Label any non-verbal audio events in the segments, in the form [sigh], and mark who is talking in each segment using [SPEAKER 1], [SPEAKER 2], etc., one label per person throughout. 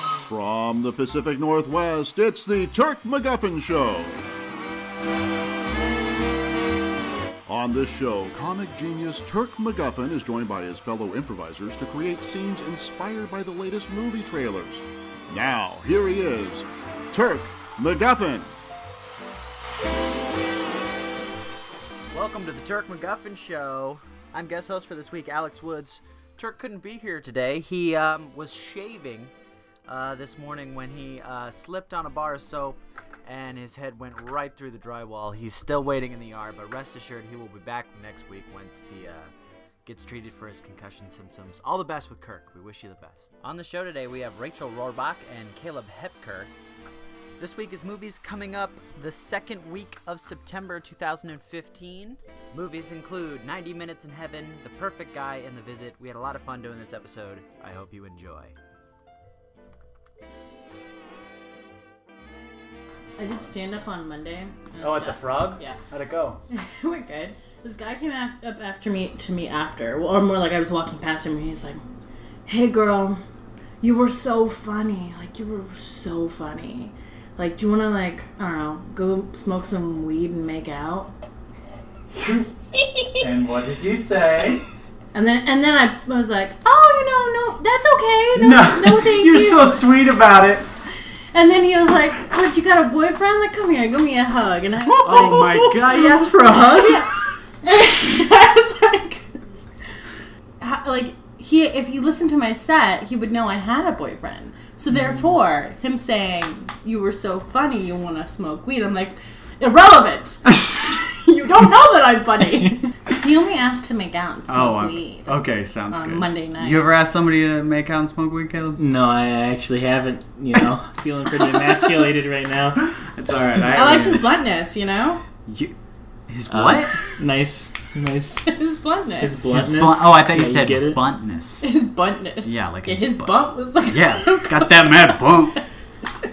[SPEAKER 1] From the Pacific Northwest, it's the Turk McGuffin Show. On this show, comic genius Turk McGuffin is joined by his fellow improvisers to create scenes inspired by the latest movie trailers. Now, here he is, Turk McGuffin.
[SPEAKER 2] Welcome to the Turk McGuffin Show. I'm guest host for this week, Alex Woods. Turk couldn't be here today. He um, was shaving uh, this morning when he uh, slipped on a bar of soap and his head went right through the drywall. He's still waiting in the yard, but rest assured he will be back next week once he uh, gets treated for his concussion symptoms. All the best with Kirk. We wish you the best. On the show today, we have Rachel Rohrbach and Caleb Hepker. This week is movies coming up the second week of September 2015. Movies include 90 Minutes in Heaven, The Perfect Guy, and The Visit. We had a lot of fun doing this episode. I hope you enjoy.
[SPEAKER 3] I did stand up on Monday.
[SPEAKER 4] Oh, at the frog?
[SPEAKER 3] Yeah. [laughs]
[SPEAKER 4] How'd it go?
[SPEAKER 3] We're good. This guy came af- up after me to me after, well, or more like I was walking past him, and he's like, "Hey, girl, you were so funny. Like you were so funny. Like, do you want to like I don't know, go smoke some weed and make out?" [laughs]
[SPEAKER 4] and what did you [laughs] say?
[SPEAKER 3] And then and then I, I was like, "Oh, you know, no, that's okay. No, no, thank
[SPEAKER 4] [laughs] You're
[SPEAKER 3] you."
[SPEAKER 4] so sweet about it.
[SPEAKER 3] and then he was like, "What? You got a boyfriend? Like, come here, give me a hug." And I, was like,
[SPEAKER 4] Oh my god, you asked for a [laughs] hug?
[SPEAKER 3] [laughs] I was like, how- like he if he listened to my set, he would know I had a
[SPEAKER 5] Hmm.
[SPEAKER 3] boyfriend. So therefore, him saying you were so funny, you want to smoke weed. I'm like,
[SPEAKER 5] [laughs]
[SPEAKER 3] irrelevant. You don't know that I'm funny. he only asked to make out and smoke
[SPEAKER 5] Oh, I'm-
[SPEAKER 3] weed
[SPEAKER 5] okay, sounds
[SPEAKER 3] on
[SPEAKER 5] good.
[SPEAKER 3] Monday night.
[SPEAKER 5] You ever asked somebody to make out and smoke weed, Caleb?
[SPEAKER 4] no, I actually haven't. You [laughs] know, feeling pretty emasculated right now.
[SPEAKER 5] It's all right. I,
[SPEAKER 3] I
[SPEAKER 5] [laughs]
[SPEAKER 3] liked his bluntness, you know, [laughs]
[SPEAKER 5] You, his
[SPEAKER 4] Uh,
[SPEAKER 5] what?
[SPEAKER 4] Nice, nice.
[SPEAKER 3] his bluntness,
[SPEAKER 4] His
[SPEAKER 5] His
[SPEAKER 3] his,
[SPEAKER 4] bluntness.
[SPEAKER 5] blunt- oh, I thought you
[SPEAKER 4] Yeah,
[SPEAKER 5] said
[SPEAKER 4] get it?
[SPEAKER 5] buntness.
[SPEAKER 3] [laughs] bluntness.
[SPEAKER 5] Yeah, like
[SPEAKER 3] yeah,
[SPEAKER 5] his
[SPEAKER 3] his bunt was like [laughs]
[SPEAKER 5] Yeah, got that mad bump.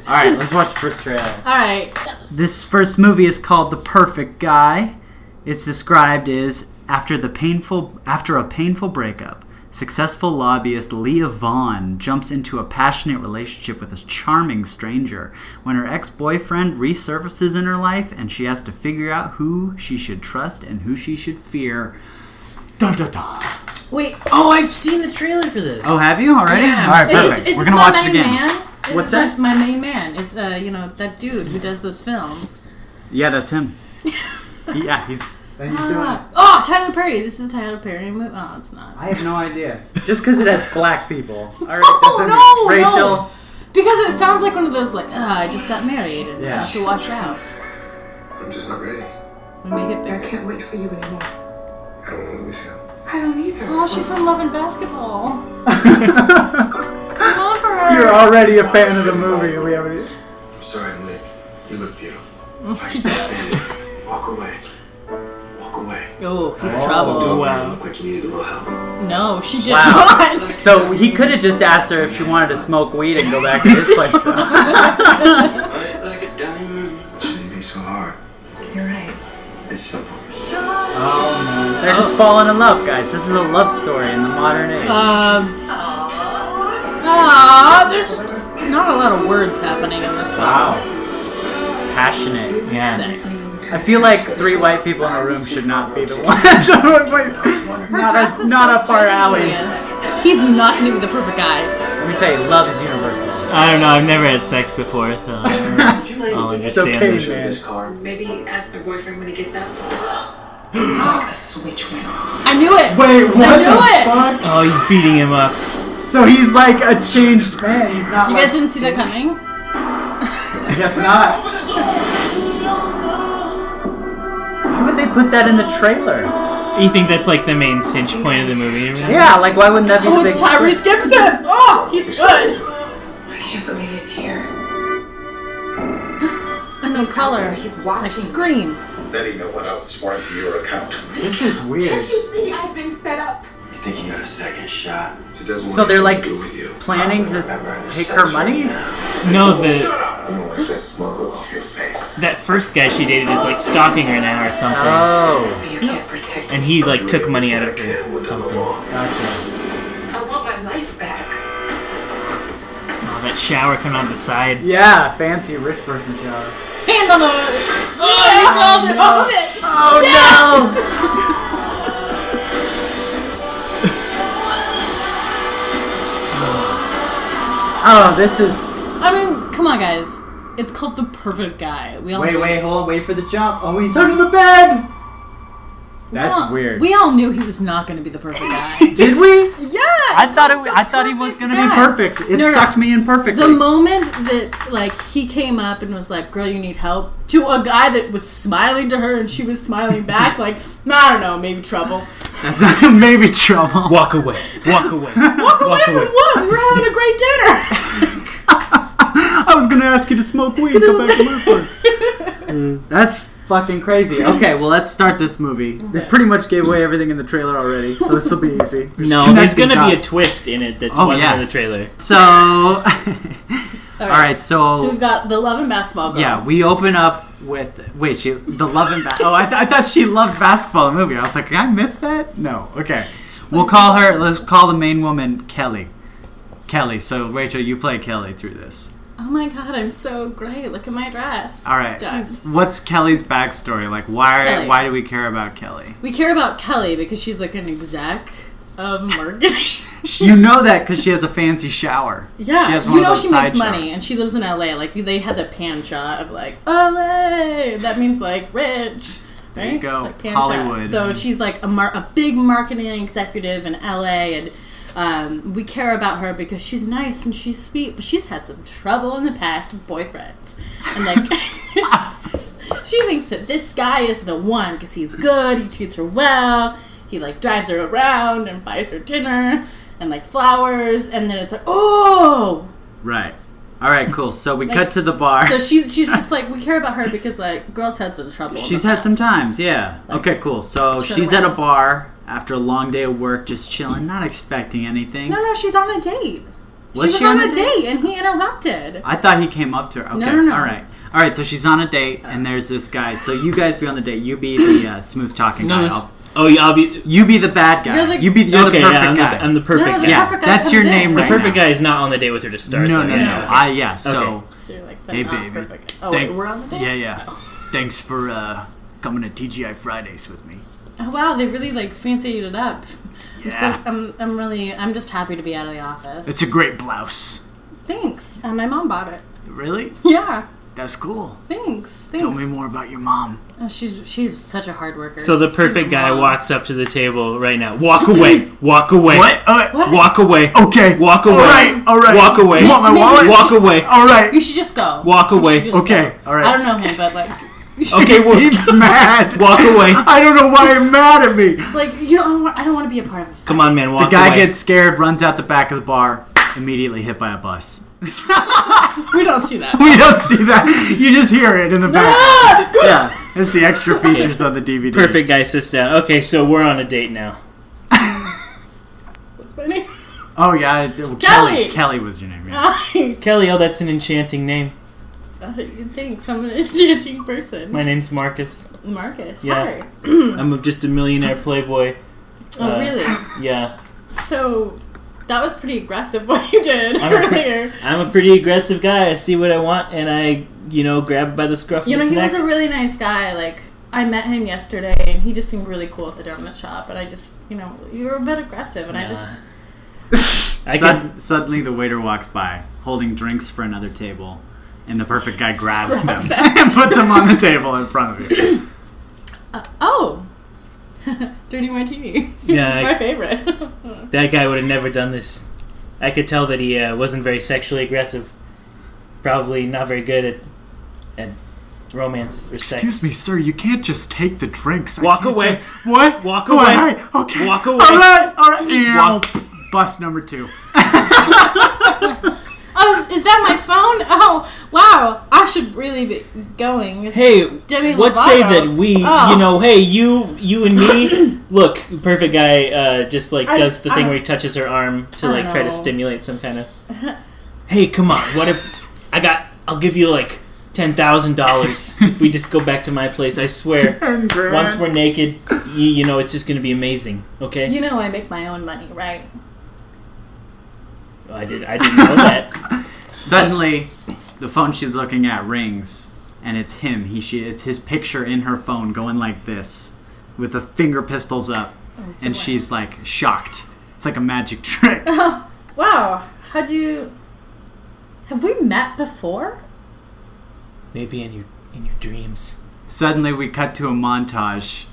[SPEAKER 5] All right, let's watch the first trailer.
[SPEAKER 3] All right,
[SPEAKER 5] This first movie is called The Perfect Guy. It's described as after the painful after a painful breakup, successful lobbyist Leah Vaughn jumps into a passionate relationship with a charming stranger when her ex-boyfriend resurfaces in her life and she has to figure out who she should trust and who she should fear. Dun, dun, dun.
[SPEAKER 3] wait,
[SPEAKER 4] Oh, I've seen the trailer for this.
[SPEAKER 5] Oh, have you already?
[SPEAKER 4] Yeah,
[SPEAKER 5] All right,
[SPEAKER 3] Is this,
[SPEAKER 5] perfect.
[SPEAKER 3] is this
[SPEAKER 5] We're gonna
[SPEAKER 3] my
[SPEAKER 5] watch it
[SPEAKER 3] main
[SPEAKER 5] again.
[SPEAKER 3] man? Is
[SPEAKER 4] What's
[SPEAKER 3] this
[SPEAKER 4] that?
[SPEAKER 3] My, my main man is uh, you know that dude who does those films.
[SPEAKER 5] Yeah, that's
[SPEAKER 3] [laughs]
[SPEAKER 5] him. yeah, he's.
[SPEAKER 3] Ah, oh, Tyler Perry. Is This is Tyler Perry movie. Oh, it's not.
[SPEAKER 5] I have no idea.
[SPEAKER 4] Just because it has black people.
[SPEAKER 3] [laughs]
[SPEAKER 4] All right,
[SPEAKER 3] Oh, no,
[SPEAKER 4] that's it. Rachel.
[SPEAKER 3] no. Because it sounds like one of those like, ah, I just got married and
[SPEAKER 4] Yeah.
[SPEAKER 3] I have to watch out.
[SPEAKER 6] I'm just not ready.
[SPEAKER 3] and Make it
[SPEAKER 7] I
[SPEAKER 3] big.
[SPEAKER 7] can't wait for you anymore.
[SPEAKER 6] I don't want to lose you.
[SPEAKER 7] I don't either.
[SPEAKER 3] Oh, she's from Love and
[SPEAKER 5] [laughs]
[SPEAKER 3] Basketball. I love her.
[SPEAKER 4] You're already a fan of the movie. We haven't.
[SPEAKER 6] I'm sorry I'm late. You look beautiful.
[SPEAKER 3] She does.
[SPEAKER 6] Walk away. Walk away.
[SPEAKER 3] Oh, he's trouble.
[SPEAKER 6] Don't
[SPEAKER 4] wow.
[SPEAKER 6] you look like you needed a little help.
[SPEAKER 3] No, she did
[SPEAKER 5] Wow.
[SPEAKER 3] not.
[SPEAKER 5] So he could have just asked her if she wanted to smoke weed and go back to his place, though.
[SPEAKER 3] [laughs]
[SPEAKER 6] Shouldn't be so hard.
[SPEAKER 7] You're right.
[SPEAKER 6] It's simple.
[SPEAKER 5] They're just falling in love, guys. This is a love story in the modern age.
[SPEAKER 3] Um. Ah, there's just not a lot of words happening in this song.
[SPEAKER 5] Wow. Passionate.
[SPEAKER 4] Yeah.
[SPEAKER 3] Sex.
[SPEAKER 5] I feel like three white people in a room should not be the ones.
[SPEAKER 3] Her
[SPEAKER 5] Not
[SPEAKER 3] dress
[SPEAKER 5] up-
[SPEAKER 3] is
[SPEAKER 5] not
[SPEAKER 3] so
[SPEAKER 5] up our
[SPEAKER 3] pretty.
[SPEAKER 5] alley.
[SPEAKER 3] He's not going to be the perfect guy.
[SPEAKER 5] Let me tell you, love is universal.
[SPEAKER 4] I don't know. I've never had sex before, so I don't [laughs] I'll understand
[SPEAKER 5] okay,
[SPEAKER 4] this.
[SPEAKER 5] Oh, man.
[SPEAKER 6] This car.
[SPEAKER 7] Maybe ask my boyfriend when he gets up. the switch went off.
[SPEAKER 3] I knew it.
[SPEAKER 5] Wait,
[SPEAKER 3] what the it. fuck?
[SPEAKER 4] Oh, he's beating him up.
[SPEAKER 5] So he's like a changed man. He's not.
[SPEAKER 3] You
[SPEAKER 5] like,
[SPEAKER 3] guys didn't see that coming?
[SPEAKER 5] guess not. Why would they put that in the trailer?
[SPEAKER 4] You think that's like the main cinch point of the movie? Right?
[SPEAKER 5] Yeah, like why wouldn't that be
[SPEAKER 3] Oh,
[SPEAKER 5] the
[SPEAKER 3] it's
[SPEAKER 5] big?
[SPEAKER 3] Tyrese Gibson. Oh, he's good.
[SPEAKER 7] I can't believe he's here.
[SPEAKER 3] [gasps] A new color. He's
[SPEAKER 7] He's
[SPEAKER 3] like
[SPEAKER 7] watching.
[SPEAKER 3] Scream.
[SPEAKER 8] Betty know what I was wanting for your account.
[SPEAKER 5] This is weird.
[SPEAKER 7] you see? I've been set up.
[SPEAKER 6] You think you got a second shot? She doesn't
[SPEAKER 5] So
[SPEAKER 6] want
[SPEAKER 5] they're like
[SPEAKER 6] anything to do with you.
[SPEAKER 5] planning
[SPEAKER 6] I remember
[SPEAKER 5] to
[SPEAKER 6] the
[SPEAKER 5] take her
[SPEAKER 6] sexual-
[SPEAKER 5] money.
[SPEAKER 4] No, the
[SPEAKER 6] I don't want that smuggle off your face.
[SPEAKER 4] that first guy she dated is like stalking her now or something,
[SPEAKER 5] Oh,
[SPEAKER 7] So you can't protect
[SPEAKER 4] and he like took money out of
[SPEAKER 6] I
[SPEAKER 4] her.
[SPEAKER 6] can't within the law.
[SPEAKER 5] gotcha.
[SPEAKER 7] I want my life back.
[SPEAKER 4] Oh, that shower coming out the side.
[SPEAKER 5] Yeah, fancy rich person shower.
[SPEAKER 3] Hand on the. Oh, you called it. Hold it.
[SPEAKER 5] Oh no! [laughs] oh, this is.
[SPEAKER 3] I mean, come on, guys. It's called the perfect guy. We all
[SPEAKER 5] Wait,
[SPEAKER 3] knew
[SPEAKER 5] wait, hold on, wait for the jump. Oh, he's under the bed! That's
[SPEAKER 3] we all-
[SPEAKER 5] weird.
[SPEAKER 3] We all knew he was not going to be the perfect
[SPEAKER 5] [laughs]
[SPEAKER 3] guy.
[SPEAKER 5] Did we?
[SPEAKER 3] yeah.
[SPEAKER 5] I thought it, I thought he was gonna be perfect. It
[SPEAKER 3] No, no, no.
[SPEAKER 5] sucked me in perfectly.
[SPEAKER 3] The moment that like he came up and was like, "Girl, you need help," to a guy that was smiling to her and she was smiling back, like, I don't know, maybe trouble.
[SPEAKER 5] [laughs] Maybe
[SPEAKER 3] [laughs]
[SPEAKER 5] trouble.
[SPEAKER 4] Walk away. Walk away. [laughs]
[SPEAKER 3] Walk away from what? We We're having a great dinner.
[SPEAKER 5] [laughs] I was gonna ask you to smoke weed. Come back to my place.
[SPEAKER 3] [laughs]
[SPEAKER 5] That's fucking crazy. Okay, well let's start this movie. They pretty much gave away everything in the trailer already, so this will be easy.
[SPEAKER 4] [laughs] No, there's
[SPEAKER 5] Connecting
[SPEAKER 4] gonna be a
[SPEAKER 5] dots.
[SPEAKER 4] twist in it that
[SPEAKER 5] Oh,
[SPEAKER 4] wasn't
[SPEAKER 5] yeah.
[SPEAKER 4] in the trailer.
[SPEAKER 5] so, [laughs] all right. So,
[SPEAKER 3] So we've got the love and basketball girl.
[SPEAKER 5] yeah, we open up with wait, she, the love and ba- oh, I, th- I thought she loved basketball in the movie. I was like, did I miss that? No. Okay, we'll call her. Let's call the main woman Kelly. Kelly. So Rachel, you play Kelly through this.
[SPEAKER 3] oh my god, I'm so great. Look at my dress.
[SPEAKER 5] All right.
[SPEAKER 3] Done.
[SPEAKER 5] What's Kelly's backstory? Like, why
[SPEAKER 3] Kelly.
[SPEAKER 5] why do we care about Kelly?
[SPEAKER 3] We care about Kelly because she's like an exec of marketing. [laughs]
[SPEAKER 5] You know that because she has a fancy shower. She
[SPEAKER 3] Yeah,
[SPEAKER 5] has one
[SPEAKER 3] you
[SPEAKER 5] of
[SPEAKER 3] know
[SPEAKER 5] those
[SPEAKER 3] she makes
[SPEAKER 5] side
[SPEAKER 3] money,
[SPEAKER 5] showers.
[SPEAKER 3] and she lives in LA. Like they had the pan shot of like LA. That means like rich. Right?
[SPEAKER 5] you go.
[SPEAKER 3] Like pan
[SPEAKER 5] Hollywood.
[SPEAKER 3] Shot. So she's like a, mar- a big marketing executive in LA, and um, we care about her because she's nice and she's sweet, but she's had some trouble in the past with boyfriends, and like [laughs] she thinks that this guy is the one because he's good, he treats her well, he like drives her around and buys her dinner and like flowers, and then it's like, oh.
[SPEAKER 5] Right. All right. Cool. So we cut to the bar.
[SPEAKER 3] So she's she's just like we care about her because like girls had some trouble. in the
[SPEAKER 5] she's had some
[SPEAKER 3] past.
[SPEAKER 5] times. Yeah. okay. Cool. So she's at a bar after a long day of work, just chilling, not expecting anything.
[SPEAKER 3] No, no, she's on a date.
[SPEAKER 5] Was
[SPEAKER 3] she was
[SPEAKER 5] she
[SPEAKER 3] on, a date? and he interrupted.
[SPEAKER 5] I thought he came up to her. Okay.
[SPEAKER 3] No, no, no. Uh.
[SPEAKER 5] All right. All right. So she's on a date, and there's this guy. So you guys be on the date. You be the uh, smooth talking
[SPEAKER 4] No,
[SPEAKER 5] guy.
[SPEAKER 4] this,
[SPEAKER 5] I'll-
[SPEAKER 4] oh, yeah, I'll be.
[SPEAKER 5] you be the bad guy.
[SPEAKER 3] You're the-
[SPEAKER 5] you be you're
[SPEAKER 4] okay,
[SPEAKER 5] the perfect
[SPEAKER 4] yeah, I'm,
[SPEAKER 5] guy.
[SPEAKER 4] The, I'm the perfect
[SPEAKER 3] No, the
[SPEAKER 4] guy.
[SPEAKER 5] yeah,
[SPEAKER 3] perfect guy
[SPEAKER 5] that's your
[SPEAKER 3] comes in,
[SPEAKER 5] name.
[SPEAKER 3] right?
[SPEAKER 5] right
[SPEAKER 4] perfect
[SPEAKER 5] now.
[SPEAKER 4] guy is not on the date with her to start.
[SPEAKER 5] No,
[SPEAKER 4] so
[SPEAKER 5] no,
[SPEAKER 4] yeah.
[SPEAKER 5] no. I yeah. So
[SPEAKER 3] So you're like,
[SPEAKER 5] Hey,
[SPEAKER 3] ah,
[SPEAKER 5] baby.
[SPEAKER 3] perfect. Oh
[SPEAKER 5] Thank-
[SPEAKER 3] wait, we're on the date. Oh.
[SPEAKER 5] Yeah, yeah. Thanks for uh, coming to TGI Fridays with me.
[SPEAKER 3] Oh wow, they really like fancied it
[SPEAKER 5] [laughs]
[SPEAKER 3] up. I'm,
[SPEAKER 5] Yeah.
[SPEAKER 3] so, I'm, I'm really I'm just happy to be out of the office.
[SPEAKER 5] It's a great blouse.
[SPEAKER 3] thanks. Uh, my mom bought
[SPEAKER 5] [laughs]
[SPEAKER 3] it.
[SPEAKER 5] Really?
[SPEAKER 3] Yeah,
[SPEAKER 5] That's cool.
[SPEAKER 3] thanks. Thanks.
[SPEAKER 5] Tell me more about your mom.
[SPEAKER 3] Oh, she's she's such a hard worker.
[SPEAKER 4] So the
[SPEAKER 3] Super
[SPEAKER 4] perfect guy
[SPEAKER 3] mom.
[SPEAKER 4] walks up to the table right now. Walk away. Walk away.
[SPEAKER 5] What? Uh,
[SPEAKER 3] What?
[SPEAKER 4] Walk away.
[SPEAKER 5] Okay.
[SPEAKER 4] Walk away.
[SPEAKER 5] All right. All right.
[SPEAKER 4] Walk away.
[SPEAKER 5] You want my
[SPEAKER 3] Maybe-
[SPEAKER 5] wallet?
[SPEAKER 4] Walk away.
[SPEAKER 5] [laughs] All right.
[SPEAKER 3] You should just go.
[SPEAKER 4] Walk
[SPEAKER 3] You should
[SPEAKER 4] away.
[SPEAKER 3] just
[SPEAKER 5] Okay,
[SPEAKER 3] go.
[SPEAKER 5] all right.
[SPEAKER 3] I don't know him, but like, you should-
[SPEAKER 4] Okay, well,
[SPEAKER 5] He's mad.
[SPEAKER 4] [laughs] walk away.
[SPEAKER 5] I don't know why you're mad at me. The
[SPEAKER 3] like you don't. want- I don't want to be a part of. This. [laughs]
[SPEAKER 4] Come on, man. Walk
[SPEAKER 5] guy
[SPEAKER 4] away.
[SPEAKER 5] gets scared, runs out the back of the bar, immediately hit by a [laughs] bus.
[SPEAKER 3] We don't see
[SPEAKER 5] [laughs]
[SPEAKER 3] that.
[SPEAKER 5] We don't see that. You just hear it in the back.
[SPEAKER 3] Ah, good.
[SPEAKER 5] Yeah. That's the extra features on the DVD.
[SPEAKER 4] perfect guy sits down. Okay, so we're on a date now.
[SPEAKER 3] What's my name?
[SPEAKER 5] Oh yeah, it- well, Kelly.
[SPEAKER 3] Kelly.
[SPEAKER 5] Kelly was your name. Yeah. [laughs]
[SPEAKER 3] Hi.
[SPEAKER 4] Kelly, oh, that's an enchanting name.
[SPEAKER 3] [laughs] Uh, thanks. I'm an [laughs] enchanting person.
[SPEAKER 4] My name's Marcus.
[SPEAKER 3] Marcus.
[SPEAKER 4] Yeah.
[SPEAKER 3] Hi.
[SPEAKER 4] I'm just a millionaire playboy.
[SPEAKER 3] Oh
[SPEAKER 4] Uh,
[SPEAKER 3] really?
[SPEAKER 4] Yeah,
[SPEAKER 3] So that was pretty aggressive [laughs] what you did
[SPEAKER 4] I'm a pre-
[SPEAKER 3] earlier.
[SPEAKER 4] I'm a pretty aggressive guy. I see what I want, and I, you know, grab by the scruff
[SPEAKER 3] You
[SPEAKER 4] of
[SPEAKER 3] know,
[SPEAKER 4] its
[SPEAKER 3] he was
[SPEAKER 4] neck.
[SPEAKER 3] a really nice guy. Like I met him yesterday, and he just seemed really cool at the donut shop. And I just, you know, you were a bit aggressive, and I just.
[SPEAKER 4] I
[SPEAKER 5] Sud-
[SPEAKER 4] can-
[SPEAKER 5] Suddenly, the waiter walks by, holding drinks for another table, and the perfect guy grabs,
[SPEAKER 3] grabs
[SPEAKER 5] them [laughs]
[SPEAKER 3] them.
[SPEAKER 5] and puts them on the table in front of you.
[SPEAKER 3] Oh. [laughs] Dirty [laughs] martini.
[SPEAKER 4] Yeah,
[SPEAKER 3] my
[SPEAKER 4] I-
[SPEAKER 3] favorite. [laughs]
[SPEAKER 4] that guy would have never done this. I could tell that he uh, wasn't very sexually aggressive. Probably not very good at at romance or sex.
[SPEAKER 5] Excuse me, sir. You can't just take the drinks. I
[SPEAKER 4] Walk
[SPEAKER 5] can't
[SPEAKER 4] away.
[SPEAKER 5] just- what?
[SPEAKER 4] Walk
[SPEAKER 5] All
[SPEAKER 4] away.
[SPEAKER 5] right, Okay.
[SPEAKER 4] Walk away.
[SPEAKER 5] All right. All right. Ew.
[SPEAKER 4] Walk-
[SPEAKER 5] Bus number two.
[SPEAKER 3] oh, is, is that my phone? Oh, wow. I should really be going. It's-
[SPEAKER 4] Hey,
[SPEAKER 3] Demi
[SPEAKER 4] let's
[SPEAKER 3] Lovato.
[SPEAKER 4] say that we,
[SPEAKER 3] Oh.
[SPEAKER 4] you know, hey, you, you
[SPEAKER 3] [coughs]
[SPEAKER 4] and me. look, perfect guy. Uh, just like
[SPEAKER 3] I
[SPEAKER 4] does
[SPEAKER 3] just-
[SPEAKER 4] the thing
[SPEAKER 3] I-
[SPEAKER 4] where he touches her arm to like try to
[SPEAKER 3] know.
[SPEAKER 4] stimulate
[SPEAKER 3] [laughs]
[SPEAKER 4] some kind of. hey, come on! What if I got? I'll give you like ten thousand dollars if we just go back to my place.
[SPEAKER 3] [laughs]
[SPEAKER 4] I swear. Once we're naked, you, you know, it's just gonna be amazing. Okay.
[SPEAKER 3] You know I make my own money, right? [laughs]
[SPEAKER 4] Oh, I did. I didn't know that.
[SPEAKER 5] Suddenly, the phone she's looking at rings, and it's him. He she it's his picture in her phone going like this, with the finger pistols up, and she's like shocked. It's like a magic [laughs] trick.
[SPEAKER 3] Wow. How do you. Have we met before?
[SPEAKER 4] Maybe in your in your dreams.
[SPEAKER 5] Suddenly, we cut to a montage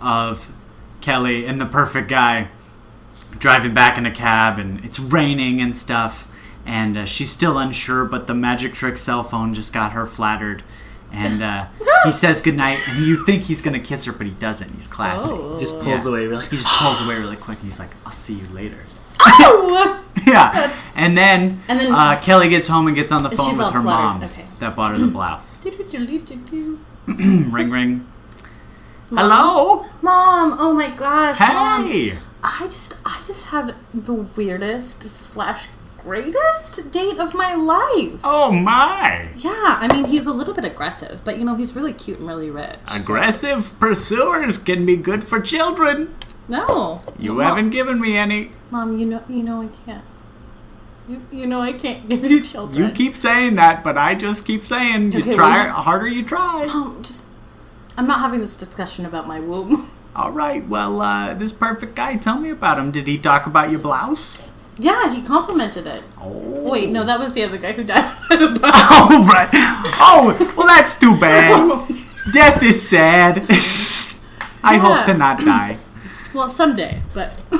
[SPEAKER 5] of Kelly and the perfect guy driving back in a cab, and it's raining and stuff. And uh, she's still unsure, but the magic trick cell phone just got her flattered. And uh,
[SPEAKER 3] [laughs]
[SPEAKER 5] he says goodnight, and you think he's gonna kiss her, but he doesn't. He's classy.
[SPEAKER 3] Oh.
[SPEAKER 4] Just pulls
[SPEAKER 5] Yeah.
[SPEAKER 4] away really.
[SPEAKER 5] He just pulls away really quick, and he's like, "I'll see you
[SPEAKER 3] [laughs]
[SPEAKER 5] later." [laughs]
[SPEAKER 3] Oh!
[SPEAKER 5] Yeah.
[SPEAKER 3] That's-
[SPEAKER 5] And then,
[SPEAKER 3] And then-
[SPEAKER 5] uh, Kelly gets home and gets on the
[SPEAKER 3] And
[SPEAKER 5] phone
[SPEAKER 3] she's
[SPEAKER 5] with
[SPEAKER 3] all
[SPEAKER 5] her
[SPEAKER 3] fluttered.
[SPEAKER 5] mom
[SPEAKER 3] Okay.
[SPEAKER 5] that bought her the blouse.
[SPEAKER 3] Do-do-do-do-do-do.
[SPEAKER 5] ring ring. Hello.
[SPEAKER 3] Mom, oh my gosh. Mom.
[SPEAKER 5] Hey.
[SPEAKER 3] I just I just had the weirdest slash greatest date of my life.
[SPEAKER 5] Oh my.
[SPEAKER 3] Yeah, I mean he's a little bit aggressive, but you know he's really cute and really rich.
[SPEAKER 5] Aggressive pursuers can be good for children.
[SPEAKER 3] no,
[SPEAKER 5] You
[SPEAKER 3] Mom-
[SPEAKER 5] haven't given me any.
[SPEAKER 3] Mom, you know you know I can't. You, you know I can't [laughs] give you children.
[SPEAKER 5] You keep saying that, but I just keep saying you
[SPEAKER 3] Okay,
[SPEAKER 5] try
[SPEAKER 3] well,
[SPEAKER 5] harder you try.
[SPEAKER 3] Mom, Um, just I'm not having this discussion about my womb. [laughs]
[SPEAKER 5] All right. Well, uh, this perfect guy, tell me about him. Did he talk about your blouse?
[SPEAKER 3] yeah, he complimented it.
[SPEAKER 5] Oh.
[SPEAKER 3] Wait,
[SPEAKER 5] [laughs]
[SPEAKER 3] no, that was the other guy who died. About.
[SPEAKER 5] Oh, right. Oh, well, that's too bad.
[SPEAKER 3] [laughs]
[SPEAKER 5] Death is sad. [laughs] I hope to not die.
[SPEAKER 3] Well, someday, but no,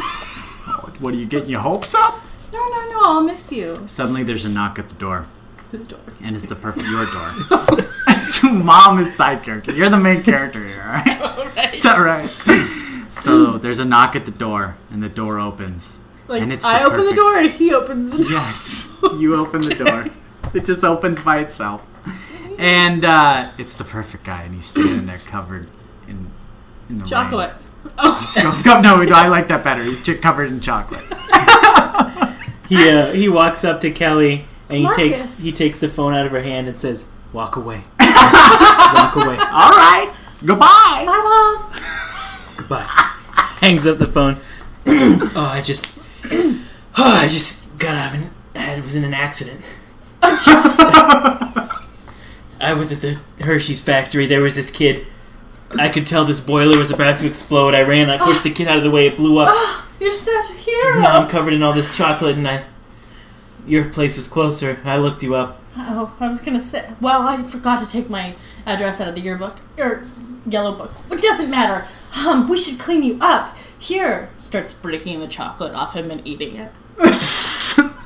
[SPEAKER 5] What are you getting your hopes up?
[SPEAKER 3] no, no, I'll miss you.
[SPEAKER 5] Suddenly, there's a knock at the door,
[SPEAKER 3] Who's door?
[SPEAKER 5] and it's the perfect your door. [laughs] Mom is side character. You're the main character here, [laughs] all right? Is that right? So there's a knock at the door, and the door opens.
[SPEAKER 3] Like
[SPEAKER 5] And it's
[SPEAKER 3] I
[SPEAKER 5] the
[SPEAKER 3] open the
[SPEAKER 5] perfect-
[SPEAKER 3] door and he opens the door.
[SPEAKER 5] Yes, you open the door. It just opens by itself, and uh, it's the perfect guy, and he's standing there covered in in the rain.
[SPEAKER 3] [laughs] Chocolate. Oh,
[SPEAKER 5] Go- go- no, no, I like that better. He's ch- covered in chocolate.
[SPEAKER 4] He uh, he walks up to Kelly and he
[SPEAKER 3] Marcus.
[SPEAKER 4] takes he takes the phone out of her hand and says, "Walk away, walk away,
[SPEAKER 5] All right, goodbye.
[SPEAKER 3] bye, mom.
[SPEAKER 4] goodbye." Hangs up the phone. [clears throat] oh, I just [clears throat] oh, I just got out of an I was in an accident. I was at the Hershey's factory. There was this kid. I could tell this boiler was about to explode. I ran. I pushed the kid out of the way. It blew up.
[SPEAKER 3] You're such a hero.
[SPEAKER 4] Now I'm covered in all this chocolate, and I. Your place was closer. I looked you up.
[SPEAKER 3] Oh, I was gonna say. Well, I forgot to take my address out of the yearbook or yellow book. It doesn't matter. Um, we should clean you up. Here, starts breaking the chocolate off him and eating it.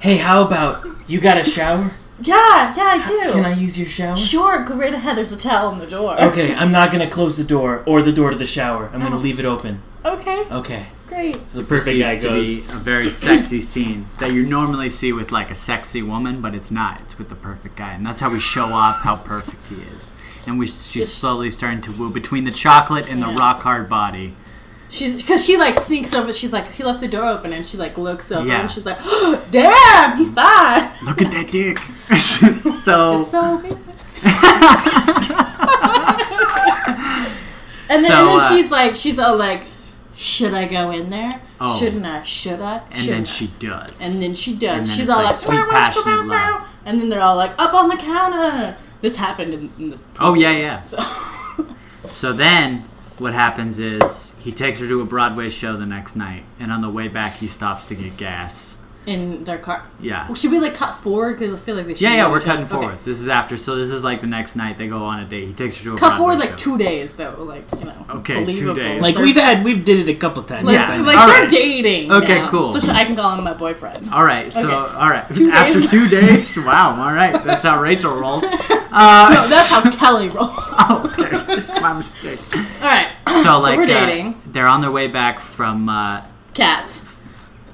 [SPEAKER 4] Hey, how about you got a shower?
[SPEAKER 3] Yeah, yeah, I do.
[SPEAKER 4] Can I use your shower?
[SPEAKER 3] Sure, go right ahead. There's a towel in the door.
[SPEAKER 4] Okay, I'm not gonna close the door or the door to the shower. I'm gonna leave it open.
[SPEAKER 3] Okay,
[SPEAKER 4] Okay.
[SPEAKER 3] great.
[SPEAKER 5] The
[SPEAKER 4] perfect guy goes-
[SPEAKER 5] to be a very sexy scene that you normally see with like a sexy woman, but it's not. It's with the perfect guy, and that's how we show off how perfect he is. And we she's slowly starting to woo between the chocolate and the
[SPEAKER 3] Yeah.
[SPEAKER 5] rock hard body.
[SPEAKER 3] She's because she like sneaks over. She's like he left the door open, and she like looks over,
[SPEAKER 5] Yeah.
[SPEAKER 3] and she's like, "Oh, "Damn, he fine."
[SPEAKER 5] Look at that dick. [laughs] so, [laughs]
[SPEAKER 3] so big. and then,
[SPEAKER 5] So,
[SPEAKER 3] and then
[SPEAKER 5] uh,
[SPEAKER 3] she's like, she's all like, should I go in there?
[SPEAKER 5] Oh.
[SPEAKER 3] Shouldn't I? Should I?
[SPEAKER 5] and then she does.
[SPEAKER 3] and then she does.
[SPEAKER 5] and then
[SPEAKER 3] she's
[SPEAKER 5] it's
[SPEAKER 3] all
[SPEAKER 5] like
[SPEAKER 3] like,
[SPEAKER 5] sweet,
[SPEAKER 3] "Wah, wah,
[SPEAKER 5] passionate
[SPEAKER 3] wah, wah, wah."
[SPEAKER 5] love.
[SPEAKER 3] and then they're all like, up on the counter. This happened in, in the.
[SPEAKER 5] oh yeah, yeah.
[SPEAKER 3] So,
[SPEAKER 5] So then what happens is he takes her to a Broadway show the next night, and on the way back he stops to get gas.
[SPEAKER 3] [laughs] in their car.
[SPEAKER 5] Yeah.
[SPEAKER 3] Well, should we like cut forward? Because I feel like they should.
[SPEAKER 5] Yeah, yeah,
[SPEAKER 3] know
[SPEAKER 5] we're
[SPEAKER 3] each other.
[SPEAKER 5] cutting
[SPEAKER 3] Oh, Okay.
[SPEAKER 5] forward. This is after, so this is like the next night they go on a date. He takes her to a Broadway
[SPEAKER 3] Cut forward
[SPEAKER 5] show.
[SPEAKER 3] like two days though, like you know.
[SPEAKER 5] Okay, two
[SPEAKER 3] believable.
[SPEAKER 5] days.
[SPEAKER 4] Like
[SPEAKER 3] So-
[SPEAKER 4] we've had, we've did it a couple times.
[SPEAKER 3] Like,
[SPEAKER 5] Yeah.
[SPEAKER 3] like
[SPEAKER 5] All
[SPEAKER 3] they're
[SPEAKER 5] right.
[SPEAKER 3] dating.
[SPEAKER 5] Okay,
[SPEAKER 3] now.
[SPEAKER 5] cool.
[SPEAKER 3] So I can call him my boyfriend.
[SPEAKER 5] All right, so
[SPEAKER 3] Okay.
[SPEAKER 5] all right,
[SPEAKER 3] Two
[SPEAKER 5] after
[SPEAKER 3] days.
[SPEAKER 5] two days,
[SPEAKER 3] [laughs]
[SPEAKER 5] wow, all right, that's how Rachel rolls. Uh,
[SPEAKER 3] No, Oh, that's how Kelly rolls.
[SPEAKER 5] [laughs]
[SPEAKER 3] [laughs]
[SPEAKER 5] okay, my mistake. So
[SPEAKER 3] All right.
[SPEAKER 5] like,
[SPEAKER 3] we're
[SPEAKER 5] uh,
[SPEAKER 3] dating.
[SPEAKER 5] they're on their way back from. Uh,
[SPEAKER 3] Cats.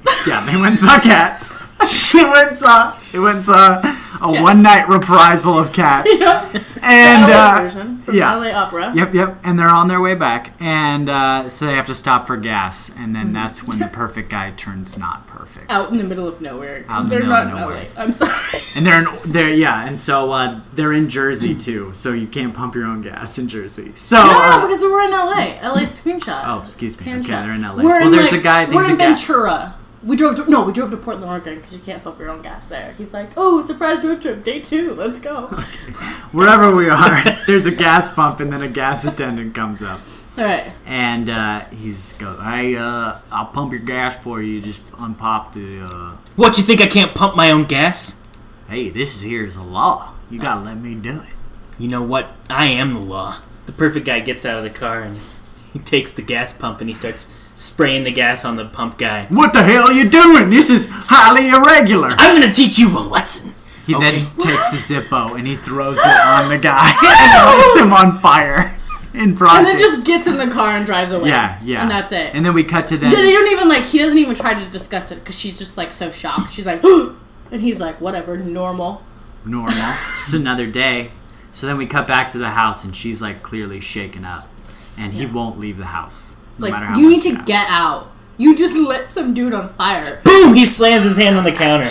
[SPEAKER 3] [laughs]
[SPEAKER 5] yeah, they went and saw cats. [laughs] they went and saw. They went and saw a
[SPEAKER 3] Yeah.
[SPEAKER 5] one night reprisal of
[SPEAKER 3] [laughs]
[SPEAKER 5] cats,
[SPEAKER 3] and
[SPEAKER 5] and
[SPEAKER 3] LA
[SPEAKER 5] uh,
[SPEAKER 3] version from
[SPEAKER 5] yeah.
[SPEAKER 3] LA Opera.
[SPEAKER 5] Yep, yep. And they're on their way back, and uh, so they have to stop for gas, and
[SPEAKER 3] Mm-hmm.
[SPEAKER 5] then that's when the perfect guy turns not perfect.
[SPEAKER 3] Out in the middle of nowhere.
[SPEAKER 5] Out in
[SPEAKER 3] Because
[SPEAKER 5] the
[SPEAKER 3] they're
[SPEAKER 5] middle
[SPEAKER 3] not
[SPEAKER 5] of
[SPEAKER 3] in
[SPEAKER 5] nowhere.
[SPEAKER 3] LA.
[SPEAKER 5] [laughs]
[SPEAKER 3] I'm sorry.
[SPEAKER 5] And they're in, they're yeah, and so uh, they're in Jersey too, so you can't pump your own gas in Jersey. So
[SPEAKER 3] No, no,
[SPEAKER 5] uh,
[SPEAKER 3] no, because we were in LA. LA screenshot.
[SPEAKER 5] [laughs] oh, excuse me.
[SPEAKER 3] Pan
[SPEAKER 5] Okay,
[SPEAKER 3] shot.
[SPEAKER 5] they're in LA.
[SPEAKER 3] We're
[SPEAKER 5] well,
[SPEAKER 3] in,
[SPEAKER 5] there's
[SPEAKER 3] like,
[SPEAKER 5] a guy. There's
[SPEAKER 3] We're in
[SPEAKER 5] a guy.
[SPEAKER 3] Ventura. We drove to no, we drove to Portland, Oregon, because you can't pump your own gas there. He's like, oh, surprise road trip, day two,
[SPEAKER 5] [laughs]
[SPEAKER 3] let's go.
[SPEAKER 5] Wherever we are, [laughs] there's a gas pump, and then a gas attendant comes up.
[SPEAKER 3] All right,
[SPEAKER 5] And uh, he's go, hey, uh, I'll pump your gas for you. Just unpop the. Uh,
[SPEAKER 4] What, you think I can't pump my own gas?
[SPEAKER 5] hey, this is here is a law. You gotta let me do it.
[SPEAKER 4] You know what? I am the law. The perfect guy gets out of the car and he takes the gas pump and he starts spraying the gas on the pump guy.
[SPEAKER 5] What the hell are you doing? This is highly irregular.
[SPEAKER 4] I'm gonna teach you a lesson.
[SPEAKER 5] He
[SPEAKER 4] Okay.
[SPEAKER 5] then takes a
[SPEAKER 3] [laughs]
[SPEAKER 5] Zippo and he throws it on the guy [laughs] and lights him on fire in
[SPEAKER 3] and
[SPEAKER 5] process.
[SPEAKER 3] then just gets in the car and drives away.
[SPEAKER 5] yeah, yeah,
[SPEAKER 3] and that's it.
[SPEAKER 5] And then we cut to them.
[SPEAKER 3] Yeah, they don't even like. He doesn't even try to discuss it because she's just like so shocked. She's like, and he's like, whatever, normal.
[SPEAKER 5] normal. It's another day. So then we cut back to the house, and she's like clearly shaken up, and he won't leave the house. No
[SPEAKER 3] Like,
[SPEAKER 5] matter how
[SPEAKER 3] you
[SPEAKER 5] much
[SPEAKER 3] need to
[SPEAKER 5] happens.
[SPEAKER 3] get out. You just lit some dude on fire.
[SPEAKER 4] Boom! He slams his hand on the counter.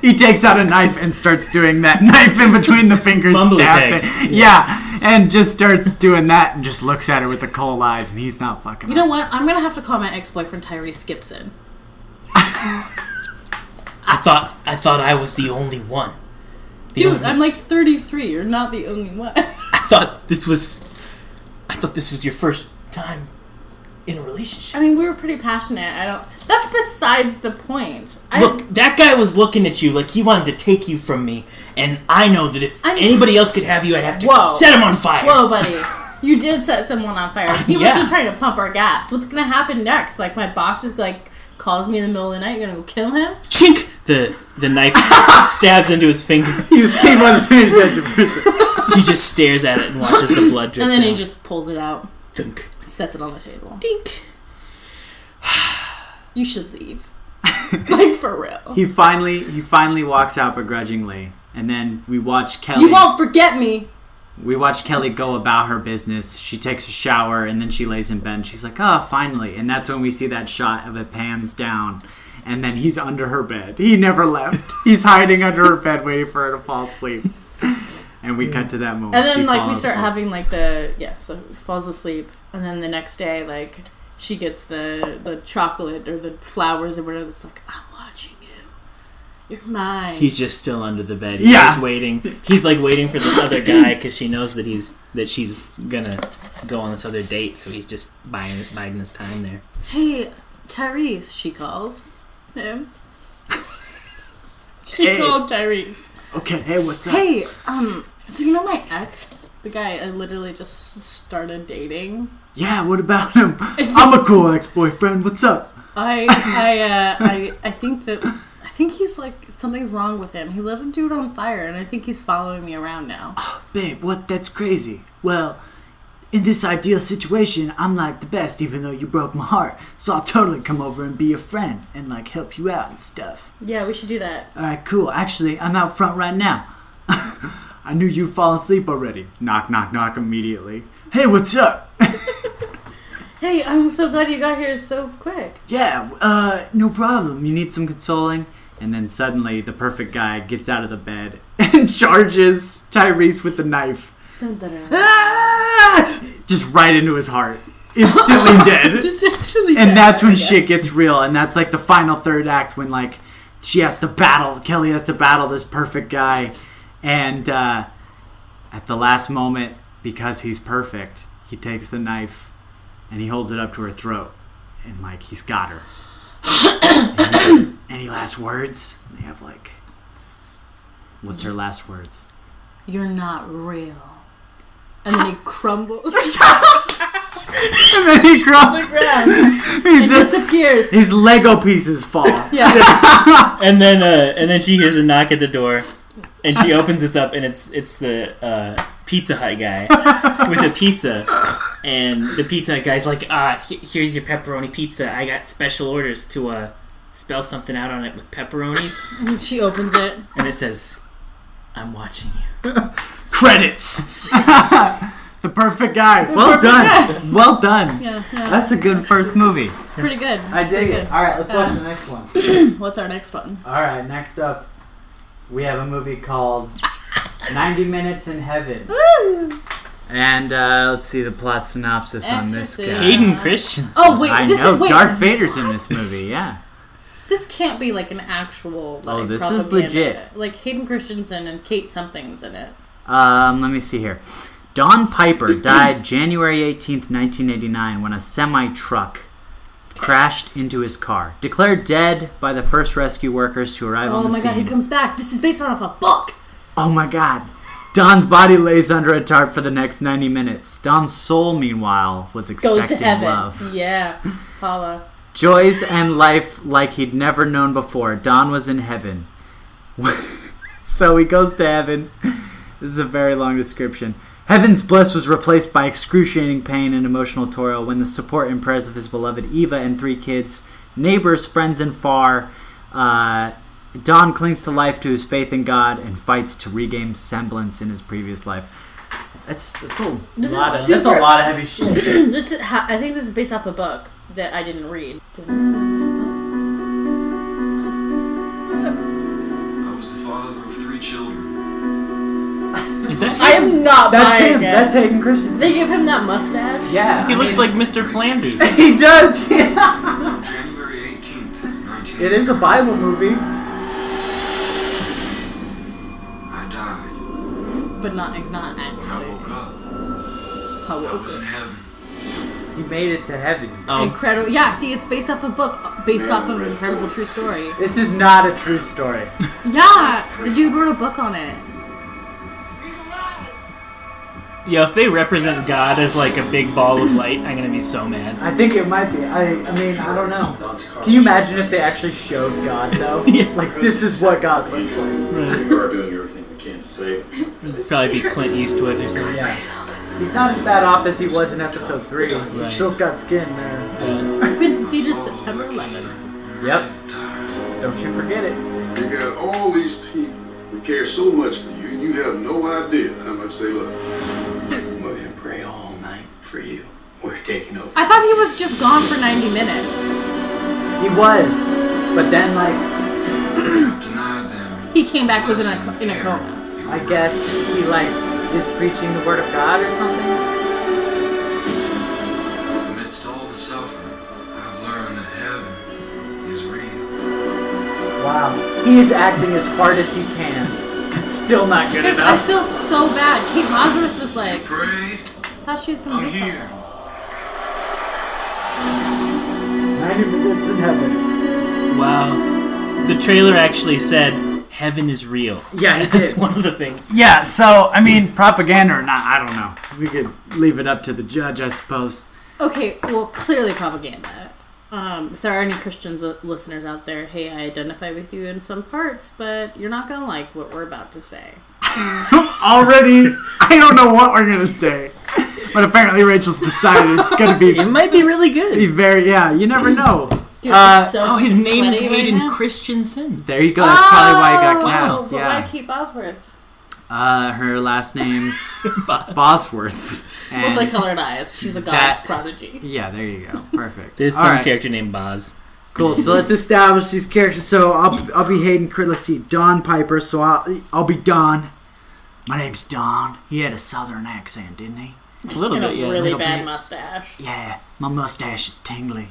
[SPEAKER 5] He takes out a knife and starts doing that [laughs] knife in between the fingers.
[SPEAKER 4] Mumbly
[SPEAKER 5] stab
[SPEAKER 4] peg.
[SPEAKER 5] thing. Yeah. and just starts doing that, and just looks at her with the cold eyes, and he's not fucking.
[SPEAKER 3] You know what? I'm gonna have to call my ex-boyfriend Tyrese Gibson.
[SPEAKER 4] [laughs] I thought I thought I was the only one. The
[SPEAKER 3] Dude,
[SPEAKER 4] only-
[SPEAKER 3] I'm like 33. You're not the only one. [laughs]
[SPEAKER 4] I thought this was I thought this was your first time in a relationship.
[SPEAKER 3] I mean, we were pretty passionate. I don't. That's besides the point. I,
[SPEAKER 4] Look, that guy was looking at you like he wanted to take you from me, and I know that if
[SPEAKER 3] I'm-
[SPEAKER 4] anybody else could have you, I'd have to
[SPEAKER 3] Whoa.
[SPEAKER 4] set him on fire.
[SPEAKER 3] Whoa, buddy. You did set someone on fire. He
[SPEAKER 4] yeah.
[SPEAKER 3] was just trying to pump our gas. What's gonna happen next? Like my boss is like calls me in the middle of the night. You're gonna go kill him?
[SPEAKER 4] Chink! The
[SPEAKER 3] [laughs]
[SPEAKER 4] the knife stabs into his finger.
[SPEAKER 5] [laughs] He was- he wasn't paying attention. for a second.
[SPEAKER 4] He just stares at it and watches the blood drip
[SPEAKER 3] And then
[SPEAKER 4] down.
[SPEAKER 3] he just pulls it out,
[SPEAKER 4] Dunk.
[SPEAKER 3] sets it on the table.
[SPEAKER 4] Dink.
[SPEAKER 3] [sighs] You should leave. like
[SPEAKER 5] [laughs]
[SPEAKER 3] for real.
[SPEAKER 5] He finally, he finally walks out begrudgingly, and then we watch Kelly.
[SPEAKER 3] You won't forget me.
[SPEAKER 5] We watch Kelly go about her business. She takes a shower and then she lays in bed. and She's like, oh, finally. And that's when we see that shot of it pans down. And then he's under her bed. He never
[SPEAKER 3] [laughs]
[SPEAKER 5] left. He's hiding under her bed waiting for her to fall asleep. And we cut to that moment.
[SPEAKER 3] And then
[SPEAKER 5] She
[SPEAKER 3] like we
[SPEAKER 5] falls
[SPEAKER 3] start
[SPEAKER 5] asleep.
[SPEAKER 3] having like the yeah, so he falls asleep and then the next day like she gets the the chocolate or the flowers or whatever it's like, I'm watching you. You're mine.
[SPEAKER 4] He's just still under the bed. He's
[SPEAKER 5] Yeah.
[SPEAKER 4] just waiting. He's like waiting for this other guy because she knows that he's that she's gonna go on this other date. So he's just buying biding his time there.
[SPEAKER 3] hey, Tyrese, she calls [laughs] him. she
[SPEAKER 5] Hey.
[SPEAKER 3] called Tyrese.
[SPEAKER 5] Okay, hey, what's up?
[SPEAKER 3] Hey, um, so you know my ex, the guy I literally just started dating.
[SPEAKER 5] Yeah, what
[SPEAKER 3] [laughs]
[SPEAKER 5] about him? I'm a cool ex boyfriend. What's up? [laughs]
[SPEAKER 3] I, I, uh, I, I think that I think he's like something's wrong with him. He lit a dude on fire, and I think he's following me around now.
[SPEAKER 5] Babe, what? That's crazy. Well, in this ideal situation, I'm like the best, even though you broke my heart. So I'll totally come over and be your friend and like help you out and stuff.
[SPEAKER 3] Yeah, we should do that.
[SPEAKER 5] All right, cool. Actually, I'm out front right now. [laughs] I knew you'd fall asleep already. Knock, knock, knock immediately. Hey, what's up?
[SPEAKER 3] Hey, I'm so glad you got here so quick.
[SPEAKER 5] yeah, uh, no problem. You need some consoling? And then suddenly, the perfect guy gets out of the bed [laughs] and charges Tyrese with the knife.
[SPEAKER 3] Dun, dun, dun.
[SPEAKER 5] [laughs] Ah! Just right into his heart. Instantly
[SPEAKER 3] [laughs]
[SPEAKER 5] dead.
[SPEAKER 3] Just it's really
[SPEAKER 5] and
[SPEAKER 3] bad,
[SPEAKER 5] that's when
[SPEAKER 3] I guess.
[SPEAKER 5] shit gets real and that's like the final third act when like she has to battle kelly has to battle this perfect guy and uh, at the last moment because he's perfect he takes the knife and he holds it up to her throat and like he's got her and he goes, any last words And they have like what's her last
[SPEAKER 3] [laughs]
[SPEAKER 5] words
[SPEAKER 3] You're not real.
[SPEAKER 5] [laughs]
[SPEAKER 3] And then he crumbles [laughs]
[SPEAKER 5] and then he
[SPEAKER 3] on the
[SPEAKER 5] crawls
[SPEAKER 3] [laughs] ground
[SPEAKER 5] he
[SPEAKER 3] and
[SPEAKER 5] just, [laughs]
[SPEAKER 3] disappears.
[SPEAKER 5] his lego pieces fall
[SPEAKER 3] [laughs] Yeah,
[SPEAKER 4] And then uh, and then she hears a knock at the door, and she opens this up, and it's it's the uh, Pizza Hut [laughs] guy with a pizza, and the Pizza Hut guy's like, ah, he- here's your pepperoni pizza. I got special orders to uh, spell something out on it with pepperonis,
[SPEAKER 3] and she opens it.
[SPEAKER 4] and it says, "I'm watching you."
[SPEAKER 5] credits. the perfect guy. well
[SPEAKER 3] perfect
[SPEAKER 5] done. Well done.
[SPEAKER 3] Yeah, yeah,
[SPEAKER 5] That's a good first movie.
[SPEAKER 3] it's pretty good. It's
[SPEAKER 5] dig
[SPEAKER 3] pretty good.
[SPEAKER 5] All right, let's
[SPEAKER 3] watch
[SPEAKER 5] the next one.
[SPEAKER 3] What's our next one?
[SPEAKER 5] All right, next up, we have a movie called 90 Minutes in Heaven. And uh, let's see the plot synopsis on this
[SPEAKER 3] Exorcist.
[SPEAKER 5] guy.
[SPEAKER 3] Hayden
[SPEAKER 4] Aiden Christian.
[SPEAKER 3] Oh wait,
[SPEAKER 5] I
[SPEAKER 3] this
[SPEAKER 5] know
[SPEAKER 3] is, wait,
[SPEAKER 5] Darth Vader's in this movie. Yeah,
[SPEAKER 3] This can't be like an actual. Like,
[SPEAKER 5] Oh, this is
[SPEAKER 3] propaganda.
[SPEAKER 5] legit.
[SPEAKER 3] Like Hayden Christensen and Kate something's in it.
[SPEAKER 5] Um, let me see here. Don
[SPEAKER 3] [coughs]
[SPEAKER 5] Piper died January 18th, 1989, when a semi truck crashed into his car. Declared dead by the first rescue workers to arrive
[SPEAKER 3] Oh
[SPEAKER 5] on the
[SPEAKER 3] my
[SPEAKER 5] scene.
[SPEAKER 3] god, he comes back. This is based off a book.
[SPEAKER 5] Oh my god. Don's body lays under a tarp for the next 90 minutes. Don's soul, meanwhile, was
[SPEAKER 3] Goes
[SPEAKER 5] expecting
[SPEAKER 3] to heaven. Mm.
[SPEAKER 5] love.
[SPEAKER 3] Yeah, holla.
[SPEAKER 5] Joys and life like he'd never known before. Don was in heaven. [laughs] so he goes to heaven. This is a very long description. Heaven's bliss was replaced by excruciating pain and emotional toil when the support and prayers of his beloved Eva and three kids, neighbors, friends, and far, uh, Don clings to life to his faith in God and fights to regain semblance in his previous life. That's that's a
[SPEAKER 3] This is
[SPEAKER 5] lot of that's
[SPEAKER 3] super-
[SPEAKER 5] a lot
[SPEAKER 3] [clears throat]
[SPEAKER 5] of heavy shit.
[SPEAKER 3] [laughs] this is. ha- I think this is based off a book that I didn't read.
[SPEAKER 6] I was the father of three children.
[SPEAKER 4] Is that
[SPEAKER 3] I am not
[SPEAKER 5] That's
[SPEAKER 3] buying
[SPEAKER 5] him.
[SPEAKER 3] it.
[SPEAKER 5] That's Hayden Christensen.
[SPEAKER 3] They give him that mustache.
[SPEAKER 5] Yeah,
[SPEAKER 4] He
[SPEAKER 5] I
[SPEAKER 4] looks
[SPEAKER 5] mean-
[SPEAKER 4] like Mr. Flanders.
[SPEAKER 5] he does.
[SPEAKER 6] January 18th, 19.
[SPEAKER 5] It is a Bible movie.
[SPEAKER 6] I died.
[SPEAKER 3] but not not
[SPEAKER 6] When I
[SPEAKER 3] actually.
[SPEAKER 6] woke up, I was in
[SPEAKER 3] Poe.
[SPEAKER 6] heaven.
[SPEAKER 5] He made it to heaven.
[SPEAKER 4] [laughs] Um,
[SPEAKER 3] Incredible. Yeah, see, it's based off a book, based off of an incredible true story.
[SPEAKER 5] This is not a true story.
[SPEAKER 3] Yeah, the dude wrote a book on it.
[SPEAKER 4] yeah, if they represent God as like a big ball of light, I'm gonna be so mad.
[SPEAKER 5] I think it might be. I, I mean, I don't know. Can you imagine if they actually showed God though?
[SPEAKER 4] [laughs] Yeah.
[SPEAKER 5] Like this is what God looks like.
[SPEAKER 8] We are doing everything we can to save him.
[SPEAKER 4] Probably be Clint Eastwood or something.
[SPEAKER 5] Yeah. He's not as bad off as he was in episode three. He
[SPEAKER 4] Right.
[SPEAKER 5] still's got skin there.
[SPEAKER 3] Prince Theater's September 11th.
[SPEAKER 5] Yep. Don't you forget it.
[SPEAKER 9] You got all these people who care so much for you, and you have no idea how much they love you.
[SPEAKER 8] We're gonna pray all night for you. We're taking over.
[SPEAKER 3] I thought he was just gone for 90 minutes.
[SPEAKER 5] He was, but then like
[SPEAKER 6] Denied them.
[SPEAKER 3] He came back was in a in a coma.
[SPEAKER 5] I guess he like is preaching the word of God or something.
[SPEAKER 6] Amidst all the suffering, I've learned that heaven is real.
[SPEAKER 5] Wow. He is acting as hard as he can. That's still not good
[SPEAKER 3] Guys,
[SPEAKER 5] [laughs]
[SPEAKER 3] I
[SPEAKER 5] enough.
[SPEAKER 3] feel so bad. Kate Bosworth was like,
[SPEAKER 6] Pray,
[SPEAKER 3] thought she was gonna
[SPEAKER 6] I'm
[SPEAKER 3] do something.
[SPEAKER 6] here.
[SPEAKER 5] 90 minutes in heaven.
[SPEAKER 4] Wow. The trailer actually said heaven is real.
[SPEAKER 5] Yeah, he
[SPEAKER 4] [laughs] That's
[SPEAKER 5] did.
[SPEAKER 4] one of the things.
[SPEAKER 5] Yeah, so I mean, propaganda or not, I don't know. We could leave it up to the judge, I suppose.
[SPEAKER 3] Okay, well, clearly propaganda. Um, if there are any Christian li- listeners out there, hey, I identify with you in some parts, but you're not gonna like what we're about to say.
[SPEAKER 5] Already, [laughs] I don't know what we're gonna say, but apparently Rachel's decided it's gonna be,
[SPEAKER 4] [laughs] It might be really good.
[SPEAKER 5] be very. Yeah, you never know.
[SPEAKER 3] Dude,
[SPEAKER 5] Uh,
[SPEAKER 3] it's so
[SPEAKER 4] Oh, his name is
[SPEAKER 3] sweaty right
[SPEAKER 4] Hayden
[SPEAKER 3] now.
[SPEAKER 4] Christensen.
[SPEAKER 5] There you go. That's
[SPEAKER 4] Ah!
[SPEAKER 5] [laughs] probably why I got
[SPEAKER 3] Oh,
[SPEAKER 5] cast.
[SPEAKER 3] but why
[SPEAKER 5] Yeah.
[SPEAKER 3] Kate Bosworth?
[SPEAKER 5] Uh, her last name's
[SPEAKER 4] [laughs]
[SPEAKER 5] Bosworth. And
[SPEAKER 3] With like colored eyes, she's a god's
[SPEAKER 5] That-
[SPEAKER 3] prodigy.
[SPEAKER 5] yeah, there you go. Perfect.
[SPEAKER 4] There's
[SPEAKER 5] All
[SPEAKER 4] some
[SPEAKER 5] right.
[SPEAKER 4] character named Boz.
[SPEAKER 5] Cool. So let's establish these characters. So I'll I'll be Hayden. Cri- Let's see, Don Piper. So I'll I'll be Don. My name's Don. He had a southern accent, didn't he?
[SPEAKER 4] A little
[SPEAKER 3] And a
[SPEAKER 4] bit, yeah.
[SPEAKER 3] really
[SPEAKER 5] little
[SPEAKER 3] bad
[SPEAKER 5] bit.
[SPEAKER 3] mustache.
[SPEAKER 5] Yeah. My mustache is tingly.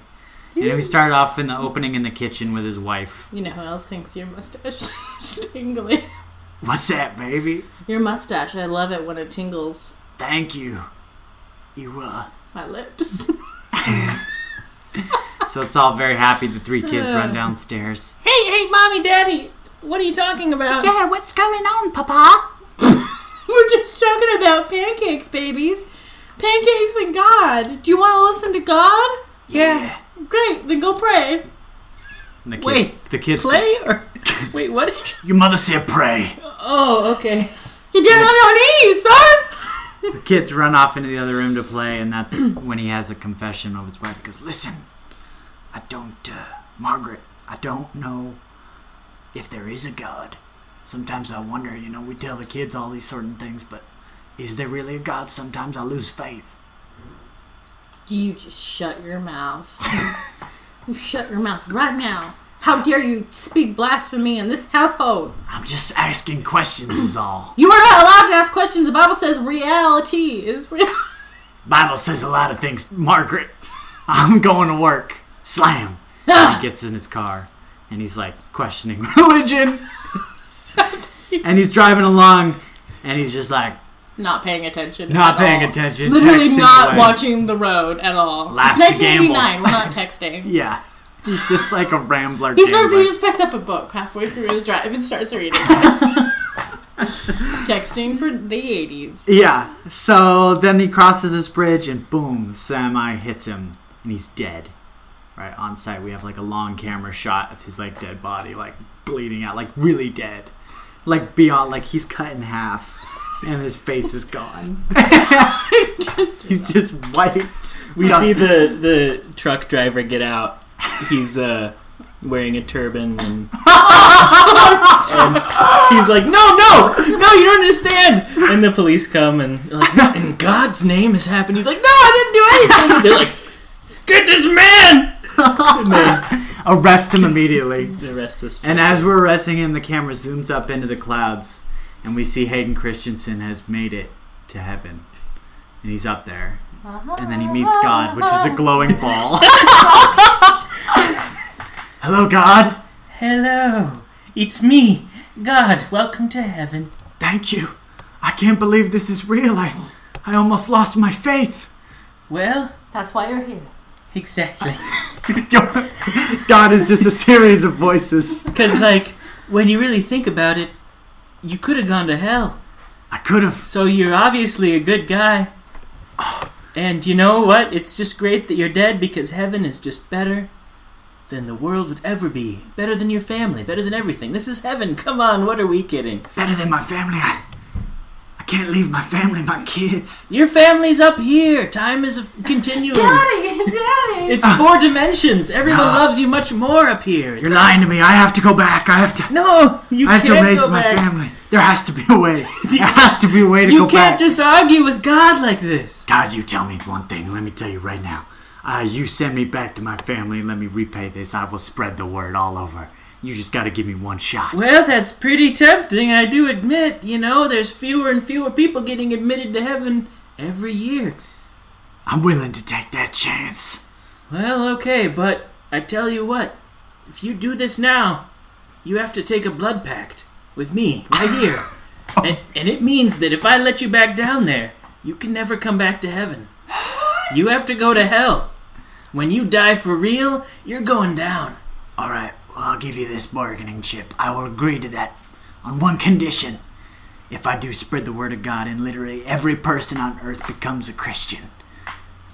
[SPEAKER 5] And we started off in the opening in the kitchen with his wife.
[SPEAKER 3] You know who else thinks your mustache [laughs] is tingly?
[SPEAKER 5] What's that, baby?
[SPEAKER 3] Your mustache, I love it when it tingles
[SPEAKER 5] Thank you. You uh.
[SPEAKER 3] my lips. [laughs]
[SPEAKER 5] So it's all very happy. The three kids run downstairs.
[SPEAKER 3] hey, hey, mommy, daddy, what are you talking about?
[SPEAKER 5] Yeah, what's going on, Papa?
[SPEAKER 3] [laughs] We're just talking about pancakes, babies. Pancakes and God. Do you want to listen to God?
[SPEAKER 5] Yeah.
[SPEAKER 3] Great, then go pray.
[SPEAKER 5] And the kids,
[SPEAKER 4] Wait,
[SPEAKER 5] the kids.
[SPEAKER 4] Play or
[SPEAKER 5] [laughs]
[SPEAKER 4] wait, what?
[SPEAKER 5] Your mother said pray.
[SPEAKER 4] Oh, okay.
[SPEAKER 3] Get down on your knees, son!
[SPEAKER 5] kids run off into the other room to play, and that's when he has a confession of his wife. He goes, "Listen, I don't, uh, Margaret. I don't know if there is a God. Sometimes I wonder. You know, we tell the kids all these certain things, but is there really a God? Sometimes I lose faith."
[SPEAKER 3] You just shut your mouth. you shut your mouth right now. How dare you speak blasphemy in this household?
[SPEAKER 5] I'm just asking questions, is all.
[SPEAKER 3] You are not allowed to ask questions. The Bible says reality is real. [laughs]
[SPEAKER 5] Bible says a lot of
[SPEAKER 10] [laughs]
[SPEAKER 3] Ah!
[SPEAKER 5] things, Margaret. I'm going to work. Slam. he gets in his car.
[SPEAKER 10] and he's like questioning [laughs]
[SPEAKER 3] [laughs]
[SPEAKER 10] religion. and he's driving along, and he's just like
[SPEAKER 3] Not paying attention.
[SPEAKER 10] not
[SPEAKER 3] at
[SPEAKER 10] paying
[SPEAKER 3] all.
[SPEAKER 10] attention,
[SPEAKER 3] Oh, Literally
[SPEAKER 10] texting
[SPEAKER 3] not
[SPEAKER 10] away.
[SPEAKER 3] watching the road at all.
[SPEAKER 10] Life's
[SPEAKER 3] it's
[SPEAKER 10] a gamble.
[SPEAKER 3] 1989. We're not
[SPEAKER 10] [laughs]
[SPEAKER 3] texting.
[SPEAKER 10] Yeah, he's just like a rambler.
[SPEAKER 3] He starts. He
[SPEAKER 10] gambler.
[SPEAKER 3] just picks up a book halfway through his drive and starts
[SPEAKER 10] [laughs]
[SPEAKER 3] reading. it. Texting for the 80s.
[SPEAKER 10] Yeah. So then he crosses this bridge and boom, the semi hits him and he's dead. Right on site, we have like a long camera shot of his like dead body, like bleeding out, like really dead, like beyond, like he's cut in half and his face is gone. he's just white.
[SPEAKER 4] We see the the truck driver get out. He's uh, wearing a turban and, and he's like, "No, no, no! You don't understand!" And the police come and they're like, "What in God's name has happened?" He's like, "No, I didn't do anything." They're like, "Get this man!"
[SPEAKER 10] arrest him immediately.
[SPEAKER 4] They arrest this.
[SPEAKER 10] And as we're arresting him, the camera zooms up into the clouds, and we see Hayden Christensen has made it to heaven, and he's up there. And then he meets God, which is a [laughs] glowing ball. Hello, God.
[SPEAKER 4] hello, it's me, God. Welcome to heaven.
[SPEAKER 10] Thank you. I can't believe this is real. I, I almost lost my faith.
[SPEAKER 4] Well,
[SPEAKER 3] That's why you're here.
[SPEAKER 4] exactly.
[SPEAKER 10] God is [laughs] just a series of voices.
[SPEAKER 4] Because like, when you really think about it, you could have gone to hell.
[SPEAKER 10] I could have.
[SPEAKER 4] So you're obviously a good guy. And you know what? It's just great that you're dead because heaven is just better than the world would ever be. Better than your family, better than everything. This is heaven. Come on, what are we kidding?
[SPEAKER 10] Better than my family. I, I can't leave my family, my kids.
[SPEAKER 4] Your family's up here. Time is a f- continuum.
[SPEAKER 10] [laughs]
[SPEAKER 3] Daddy!
[SPEAKER 4] It's four dimensions. Everyone
[SPEAKER 10] No.
[SPEAKER 4] loves you much more up here.
[SPEAKER 10] You're lying to me. I have to go back. I have to.
[SPEAKER 4] No, you
[SPEAKER 10] I have to
[SPEAKER 4] can't
[SPEAKER 10] raise
[SPEAKER 4] go
[SPEAKER 10] my
[SPEAKER 4] back.
[SPEAKER 10] family. There has to be a [laughs] way. There has to be a way to
[SPEAKER 4] You
[SPEAKER 10] go
[SPEAKER 4] can't
[SPEAKER 10] back.
[SPEAKER 4] just argue with God like this.
[SPEAKER 10] God, you tell me one thing. Let me tell you right now. Uh, you send me back to my family and let me repay this. I will spread the word all over. You just got to give me one shot.
[SPEAKER 4] Well, that's pretty tempting, I do admit. You know, there's fewer and fewer people getting admitted to heaven every year.
[SPEAKER 10] I'm willing to take that chance.
[SPEAKER 4] Well, okay, but I tell you what, if you do this now, you have to take a blood pact with me right [laughs] here. and, and it means that if I let you back down there, you can never come back to [gasps] heaven. You have to go to hell. When you die for real, you're going down.
[SPEAKER 10] All right. Well, I'll give you this bargaining chip. I will agree to that on one condition. If I do spread the word of God and literally every person on earth becomes a Christian,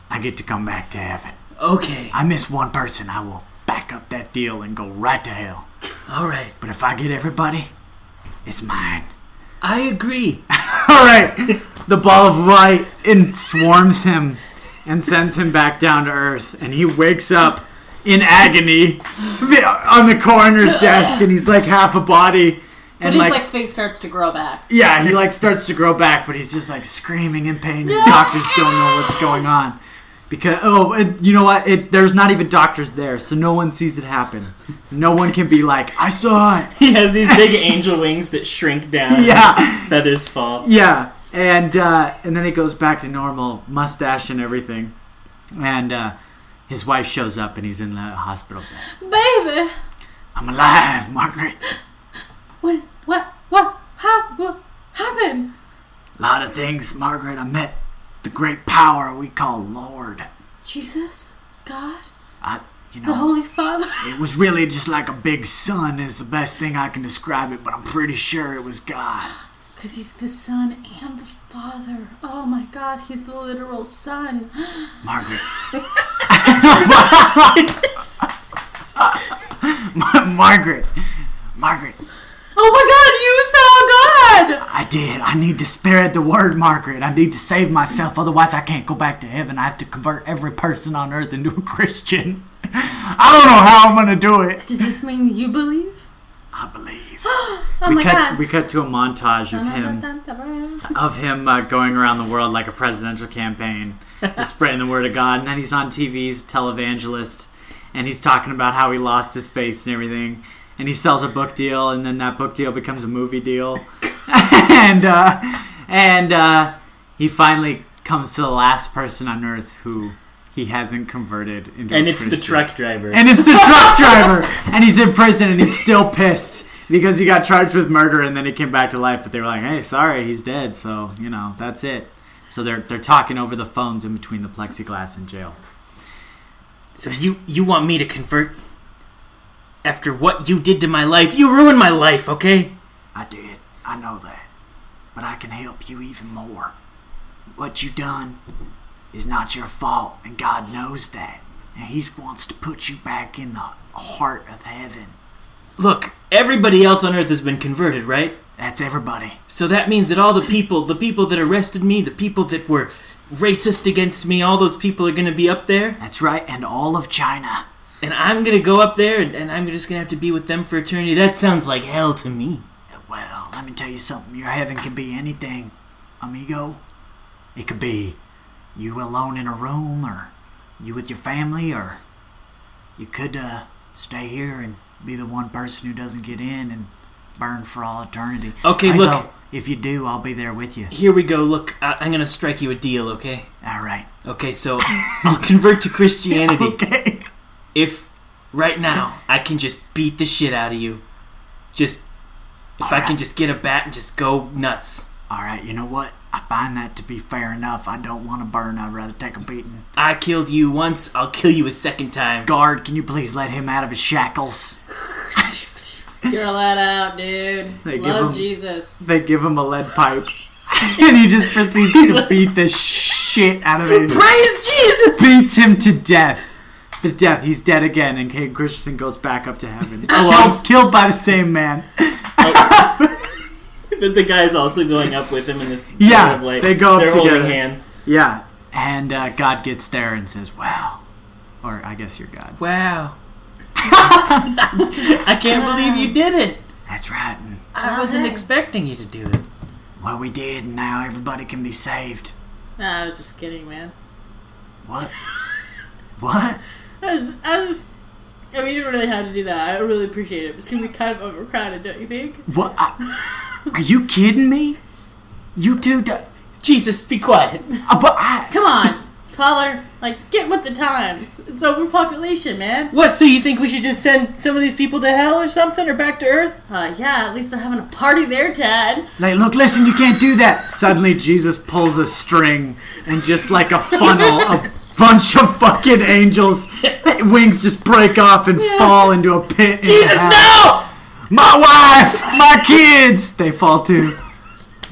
[SPEAKER 10] I get to come back to heaven.
[SPEAKER 4] Okay,
[SPEAKER 10] I miss one person, I will back up that deal and go right to hell.
[SPEAKER 4] alright,
[SPEAKER 10] But if I get everybody, it's mine.
[SPEAKER 4] I agree.
[SPEAKER 10] All right. The ball of light enswarms him and sends him back down to earth, and he wakes up in agony on the coroner's desk, and he's like half a body.
[SPEAKER 3] But
[SPEAKER 10] And
[SPEAKER 3] his
[SPEAKER 10] like,
[SPEAKER 3] like face starts to grow back.
[SPEAKER 10] yeah, he like starts to grow back, but he's just like screaming in pain. And doctors don't know what's going on because oh, it, you know what? It, there's not even doctors there, so no one sees it happen. No one can be like, I saw it.
[SPEAKER 4] [laughs]
[SPEAKER 10] [laughs]
[SPEAKER 4] He has these [laughs] big angel wings that shrink down.
[SPEAKER 10] Yeah.
[SPEAKER 4] Feathers fall.
[SPEAKER 10] Yeah, and uh, and then it goes back to normal, mustache and everything, and uh, his wife shows up and he's in the hospital. bed.
[SPEAKER 3] Baby!
[SPEAKER 10] I'm alive, Margaret.
[SPEAKER 3] What? What? What? Hap- what happened?
[SPEAKER 10] A lot of things, Margaret. I met the great power we call Lord.
[SPEAKER 3] Jesus? God?
[SPEAKER 10] I, you know,
[SPEAKER 3] The Holy Father? [laughs]
[SPEAKER 10] it was really just like a big sun is the best thing I can describe it, but I'm pretty sure it was God.
[SPEAKER 3] Because he's the Son and the Father. Oh my God, he's the literal Son. [gasps]
[SPEAKER 10] Margaret. [laughs] Mar- Margaret. Margaret.
[SPEAKER 3] Oh my God, you saw God!
[SPEAKER 10] I did. I need to spread the word, Margaret. I need to save myself, otherwise I can't go back to heaven. I have to convert every person on earth into a [laughs] Christian. I don't know how I'm gonna do
[SPEAKER 3] [gasps]
[SPEAKER 10] it.
[SPEAKER 3] Does this mean you believe?
[SPEAKER 10] I believe.
[SPEAKER 3] Oh
[SPEAKER 10] we
[SPEAKER 3] my
[SPEAKER 10] cut.
[SPEAKER 3] God. [laughs]
[SPEAKER 10] We cut to a montage of him
[SPEAKER 3] Dun-dun-dun-dun-dun.
[SPEAKER 10] of him uh, going around the world like a presidential campaign, just spreading the word of God. And then he's on TV's televangelist, and he's talking about how he lost his face and everything. And he sells a book deal, and then that book deal becomes a movie deal. [laughs] and uh, and uh, he finally comes to the last person on earth who he hasn't converted into
[SPEAKER 4] and
[SPEAKER 10] a
[SPEAKER 4] it's the
[SPEAKER 10] Christian.
[SPEAKER 4] truck driver.
[SPEAKER 10] and it's the truck driver and he's in prison and he's still pissed because he got charged with murder and then he came back to life but they were like hey sorry he's dead so you know that's it so they're they're talking over the phones in between the plexiglass and jail
[SPEAKER 4] so you you want me to convert after what you did to my life? You ruined my life, okay?
[SPEAKER 10] i did i know that but i can help you even more what you done is not your fault and god knows that and he wants to put you back in the heart of heaven
[SPEAKER 4] Look, everybody else on earth has been converted, right?
[SPEAKER 10] that's everybody
[SPEAKER 4] So that means that all the people, the people that arrested me, the people that were racist against me, all those people are going to be up there.
[SPEAKER 10] that's right and all of china
[SPEAKER 4] And I'm going to go up there and, and I'm just going to have to be with them for eternity. That sounds like hell to me.
[SPEAKER 10] Well, let me tell you something. Your heaven can be anything, amigo. It could be you alone in a room, or you with your family, or you could uh, stay here and be the one person who doesn't get in and burn for all eternity.
[SPEAKER 4] Okay, look.
[SPEAKER 10] Although, If you do, I'll be there with you.
[SPEAKER 4] Here we go. Look, I, I'm going to strike you a deal, okay?
[SPEAKER 10] All right.
[SPEAKER 4] Okay, so I'll convert to Christianity.
[SPEAKER 10] Okay. [laughs]
[SPEAKER 4] if right now I can just beat the shit out of you, just if I can just get a bat and just go nuts,
[SPEAKER 10] All right. You know what? I find that to be fair enough. I don't want to burn. I'd rather take a beating.
[SPEAKER 4] I killed you once, I'll kill you a second time.
[SPEAKER 10] Guard, can you please let him out of his shackles?
[SPEAKER 3] You're let out, dude.
[SPEAKER 10] They give
[SPEAKER 3] Love
[SPEAKER 10] him-
[SPEAKER 3] Jesus.
[SPEAKER 10] They give him a lead pipe, [laughs] and he just proceeds to beat the shit out of him.
[SPEAKER 4] Praise Jesus!
[SPEAKER 10] Beats him to death. To death, he's dead again, and Kate Christensen goes back up to heaven.
[SPEAKER 4] Along-
[SPEAKER 10] Killed, killed by the same man.
[SPEAKER 4] But the guy's also going up with him in this.
[SPEAKER 10] Yeah,
[SPEAKER 4] kind of like,
[SPEAKER 10] they go up
[SPEAKER 4] They're
[SPEAKER 10] together.
[SPEAKER 4] holding hands.
[SPEAKER 10] Yeah, and uh, God gets there and says, "Wow," or I guess you're God.
[SPEAKER 4] Wow. I can't believe you did it.
[SPEAKER 10] That's right. And
[SPEAKER 4] I wasn't expecting you to do it.
[SPEAKER 10] well, we did, and now everybody can be saved.
[SPEAKER 3] Nah, I was just kidding, man.
[SPEAKER 10] What? what?
[SPEAKER 3] I was, I was just. I mean, you didn't really have to do that. I really appreciate it. It's gonna be kind of overcrowded, don't you think?
[SPEAKER 10] What? I- are you kidding me? You two? Do-
[SPEAKER 4] Jesus, be quiet.
[SPEAKER 10] uh, but I.
[SPEAKER 3] Come on, Father. Like, get with the times. It's overpopulation, man.
[SPEAKER 4] What? So you think we should just send some of these people to hell or something, or back to Earth?
[SPEAKER 3] Uh, yeah, at least they're having a party there, Tad.
[SPEAKER 10] Like, look, listen, you can't do that. Suddenly, Jesus pulls a string, and just like a funnel, a bunch of fucking angels' wings just break off and fall into a pit. Jesus,
[SPEAKER 4] No!
[SPEAKER 10] My wife, my kids, they fall too.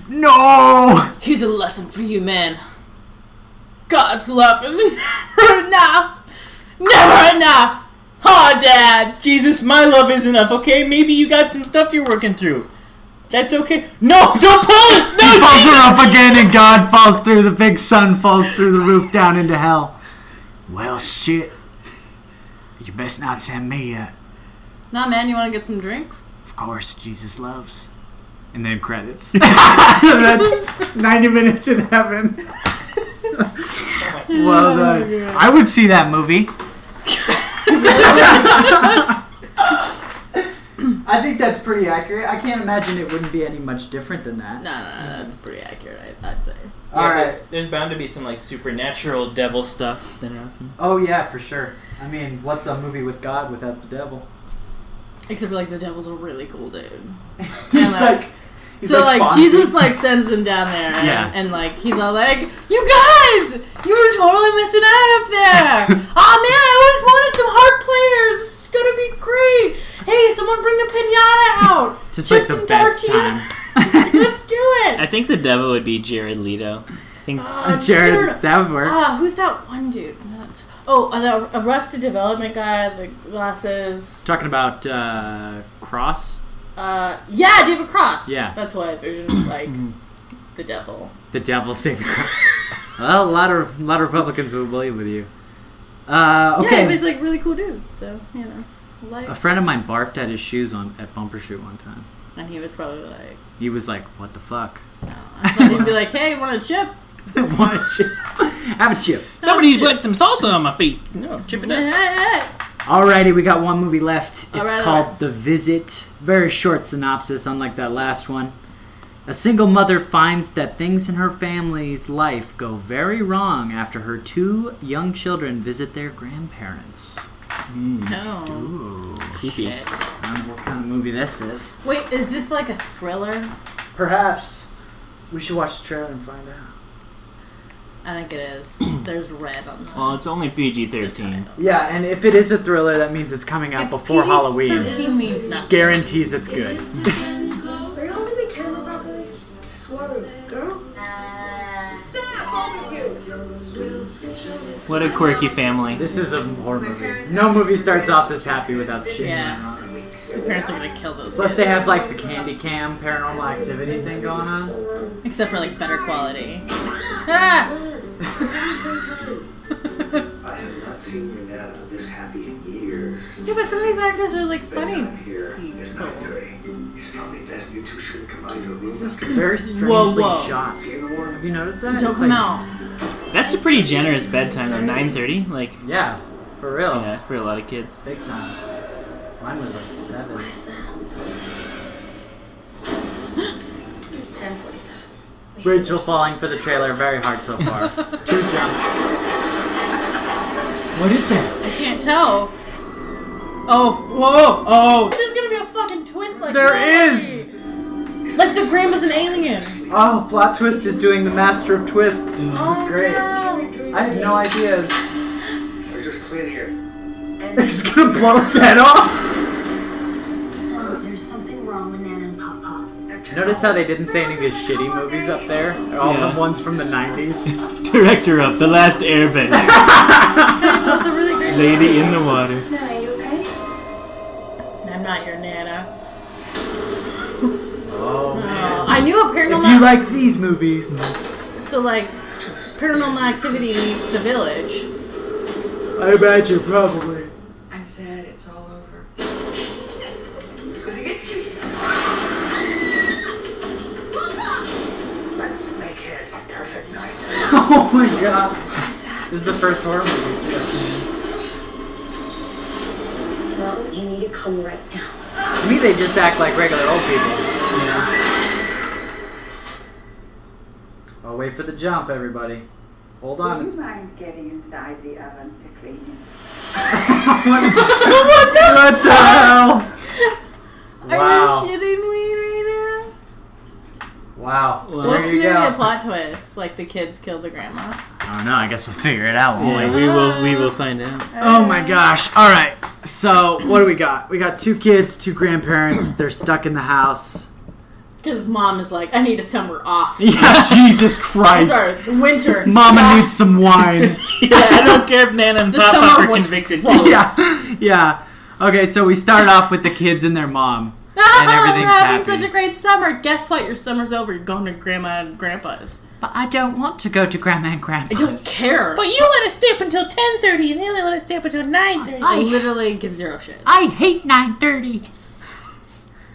[SPEAKER 10] No!
[SPEAKER 3] Here's a lesson for you, man. God's love is [laughs] never enough. Never enough. Oh, Dad.
[SPEAKER 4] Jesus, my love is enough, okay? Maybe you got some stuff you're working through. That's okay. No, [laughs] don't pull it!
[SPEAKER 10] He
[SPEAKER 4] No!
[SPEAKER 10] pulls her up again, and God falls through. The big sun falls through the roof down into hell. Well, shit. You best not send me yet.
[SPEAKER 3] Nah, man, you want to get some drinks?
[SPEAKER 10] Of course, Jesus loves. And then credits. [laughs] That's 90 minutes in
[SPEAKER 3] [laughs]
[SPEAKER 10] heaven.
[SPEAKER 3] Oh,
[SPEAKER 10] well done. I would see that movie. I think that's pretty accurate. I can't imagine it wouldn't be any much different than that.
[SPEAKER 3] No, no, no, that's pretty accurate, I, I'd say.
[SPEAKER 10] All right.
[SPEAKER 4] there's, there's bound to be some like supernatural devil stuff. That happens.
[SPEAKER 10] Oh yeah, for sure. I mean, what's a movie with God without the
[SPEAKER 3] [laughs]
[SPEAKER 10] devil?
[SPEAKER 3] Except for, like, the devil's a really cool dude.
[SPEAKER 10] He's
[SPEAKER 3] like-
[SPEAKER 10] like, he's
[SPEAKER 3] so like,
[SPEAKER 10] Fonzie.
[SPEAKER 3] Jesus like sends him down there, and,
[SPEAKER 10] Yeah.
[SPEAKER 3] and like he's all like, "You guys, you were totally missing out up there.
[SPEAKER 10] [laughs]
[SPEAKER 3] oh man, I always wanted some hard players. This is gonna be great. Hey, someone bring the pinata out.
[SPEAKER 10] It's just
[SPEAKER 3] Chip
[SPEAKER 10] like the
[SPEAKER 3] some
[SPEAKER 10] best
[SPEAKER 3] tortilla.
[SPEAKER 10] time.
[SPEAKER 3] [laughs] Let's do it."
[SPEAKER 4] I think the devil would be Jared Leto. I think
[SPEAKER 3] Uh, I don't know.
[SPEAKER 10] [laughs] Jared, that would work.
[SPEAKER 3] Ah, who's that one dude? That's- oh, uh, the Arrested Development guy, the glasses.
[SPEAKER 10] Talking about uh, Cross,
[SPEAKER 3] Uh, yeah, David Cross.
[SPEAKER 10] Yeah.
[SPEAKER 3] that's what I envisioned.
[SPEAKER 10] [clears throat]
[SPEAKER 3] Like the devil.
[SPEAKER 10] the devil saving Cross. well, a lot of a lot of Republicans will believe with you. Uh,
[SPEAKER 3] Yeah,
[SPEAKER 10] okay. Uh,
[SPEAKER 3] but he's like really cool dude. So you know, like,
[SPEAKER 10] a friend of mine barfed at his shoes on at bumper shoot one time.
[SPEAKER 3] and he was probably [laughs] like.
[SPEAKER 10] He was like, "What the [laughs] fuck?
[SPEAKER 3] But he'd be like, hey, want a chip?
[SPEAKER 10] Want a chip? [laughs] Have a chip."
[SPEAKER 4] somebody's put some salsa on my feet. No, chip it
[SPEAKER 3] Hey,
[SPEAKER 4] up.
[SPEAKER 3] hey, hey.
[SPEAKER 10] Alrighty, we got one movie left. It's
[SPEAKER 3] Alright,
[SPEAKER 10] called
[SPEAKER 3] alright.
[SPEAKER 10] The Visit. Very short synopsis, unlike that last one.
[SPEAKER 5] A single mother finds that things in her family's life go very wrong after her two young children visit their grandparents.
[SPEAKER 3] No.
[SPEAKER 5] Ooh,
[SPEAKER 4] Creepy.
[SPEAKER 3] Shit.
[SPEAKER 5] I don't know what kind of movie this is.
[SPEAKER 3] Wait, is this like a thriller?
[SPEAKER 10] Perhaps we should watch the trailer and find out.
[SPEAKER 3] I think it is. There's red on the.
[SPEAKER 4] Well, it's only PG
[SPEAKER 3] the
[SPEAKER 4] 13.
[SPEAKER 3] title.
[SPEAKER 10] Yeah, and if it is a thriller, that means it's coming out
[SPEAKER 3] It's
[SPEAKER 10] before
[SPEAKER 3] PG-13
[SPEAKER 10] Halloween.
[SPEAKER 3] means nothing.
[SPEAKER 10] Guarantees it's good.
[SPEAKER 7] Are you holding the camera properly? Swerve, girl. Stop over you.
[SPEAKER 4] What a quirky family.
[SPEAKER 10] This is a horror movie. No movie starts off this happy without the shit
[SPEAKER 3] Yeah.
[SPEAKER 10] going on.
[SPEAKER 3] Your parents are gonna kill those.
[SPEAKER 10] Plus,
[SPEAKER 3] kids.
[SPEAKER 10] they have like the candy cam paranormal activity thing going on.
[SPEAKER 3] Except for like better quality. [laughs] Ah!
[SPEAKER 6] I have not seen your dad this happy in years.
[SPEAKER 3] Yeah, but some of these actors are like funny.
[SPEAKER 6] Bedtime here is
[SPEAKER 3] people.
[SPEAKER 6] 9.30. It's probably best you two should come out of your room.
[SPEAKER 10] This is very strangely
[SPEAKER 3] whoa.
[SPEAKER 10] shot. Have you noticed that?
[SPEAKER 3] Don't
[SPEAKER 10] It's
[SPEAKER 3] come
[SPEAKER 10] like-
[SPEAKER 3] out.
[SPEAKER 4] That's a pretty generous bedtime though. 9:30, like
[SPEAKER 10] Yeah, for real.
[SPEAKER 4] yeah, for a lot of kids. [laughs]
[SPEAKER 10] Big time. Mine was like seven.
[SPEAKER 3] [gasps]
[SPEAKER 7] It's 1047.
[SPEAKER 10] Rachel falling for the trailer very hard so
[SPEAKER 3] [laughs]
[SPEAKER 10] far. Too drunk. What is that?
[SPEAKER 3] I can't tell. Oh, whoa, oh. There's gonna be a fucking twist like
[SPEAKER 10] There is!
[SPEAKER 3] Like the grandma's an alien.
[SPEAKER 10] Oh, Plot Twist is doing the master of twists.
[SPEAKER 7] Mm.
[SPEAKER 10] This
[SPEAKER 7] Oh,
[SPEAKER 10] is great. I had no idea.
[SPEAKER 6] We're just clean
[SPEAKER 10] [laughs]
[SPEAKER 6] here.
[SPEAKER 10] They're just gonna blow his head off!
[SPEAKER 7] There's something wrong with Nan and Pop Pop.
[SPEAKER 10] Notice how they didn't say any of his shitty movies up there? They're all
[SPEAKER 4] Yeah.
[SPEAKER 10] the ones from the 90s.
[SPEAKER 4] Director of The Last Airbender,
[SPEAKER 3] That's a really great
[SPEAKER 4] Lady in the Water.
[SPEAKER 7] Nan, are you okay?
[SPEAKER 3] I'm not your nana.
[SPEAKER 10] Oh,
[SPEAKER 3] Oh, I knew a
[SPEAKER 10] If you
[SPEAKER 3] paranormal.
[SPEAKER 10] liked these movies,
[SPEAKER 3] so like, paranormal activity meets the village.
[SPEAKER 10] I imagine probably.
[SPEAKER 7] I'm sad it's all over. Gonna get you.
[SPEAKER 6] Let's make it a perfect night.
[SPEAKER 10] [laughs] Oh my god. This is the first horror movie.
[SPEAKER 7] Well, you need to come right now.
[SPEAKER 10] To me, they just act like regular old people. You know? Oh, wait for the jump, everybody. Hold on. It's-
[SPEAKER 7] mind getting inside the oven to clean it?
[SPEAKER 10] what the hell?
[SPEAKER 3] Are
[SPEAKER 10] Wow.
[SPEAKER 3] you shitting me right now?
[SPEAKER 10] Wow. There
[SPEAKER 3] What's
[SPEAKER 10] you
[SPEAKER 3] gonna be
[SPEAKER 10] go.
[SPEAKER 3] a plot twist? Like the kids kill the grandma.
[SPEAKER 5] I don't know. I guess we'll figure it out. won't we?
[SPEAKER 4] Yeah, we will we will
[SPEAKER 3] [laughs]
[SPEAKER 4] find out.
[SPEAKER 10] Oh my gosh. All right. So, what do we got? We got two kids, two grandparents. They're stuck in
[SPEAKER 5] [laughs]
[SPEAKER 10] the house.
[SPEAKER 3] Because mom is like, I need a summer off.
[SPEAKER 10] Yeah, Jesus
[SPEAKER 3] I'm
[SPEAKER 10] Christ.
[SPEAKER 3] sorry, winter.
[SPEAKER 10] Mama
[SPEAKER 3] Yeah.
[SPEAKER 10] needs some wine.
[SPEAKER 4] Yeah, I don't care if Nana and
[SPEAKER 3] The
[SPEAKER 4] Papa
[SPEAKER 3] summer
[SPEAKER 4] are
[SPEAKER 3] was
[SPEAKER 4] convicted.
[SPEAKER 3] close.
[SPEAKER 10] [laughs] yeah. Yeah. Okay, so we start off with the kids and their mom.
[SPEAKER 3] Ah,
[SPEAKER 10] and
[SPEAKER 3] [laughs]
[SPEAKER 10] everything's
[SPEAKER 3] we're having
[SPEAKER 10] happy.
[SPEAKER 3] such a great summer. Guess what? Your summer's over. You're going to grandma and grandpa's.
[SPEAKER 5] But I don't want to go to Grandma and Grandpa.
[SPEAKER 3] I don't care.
[SPEAKER 11] But you let us stay up until 10.30 and they only let us stay up until 9.30.
[SPEAKER 3] I literally give zero shit.
[SPEAKER 5] I hate 9:30.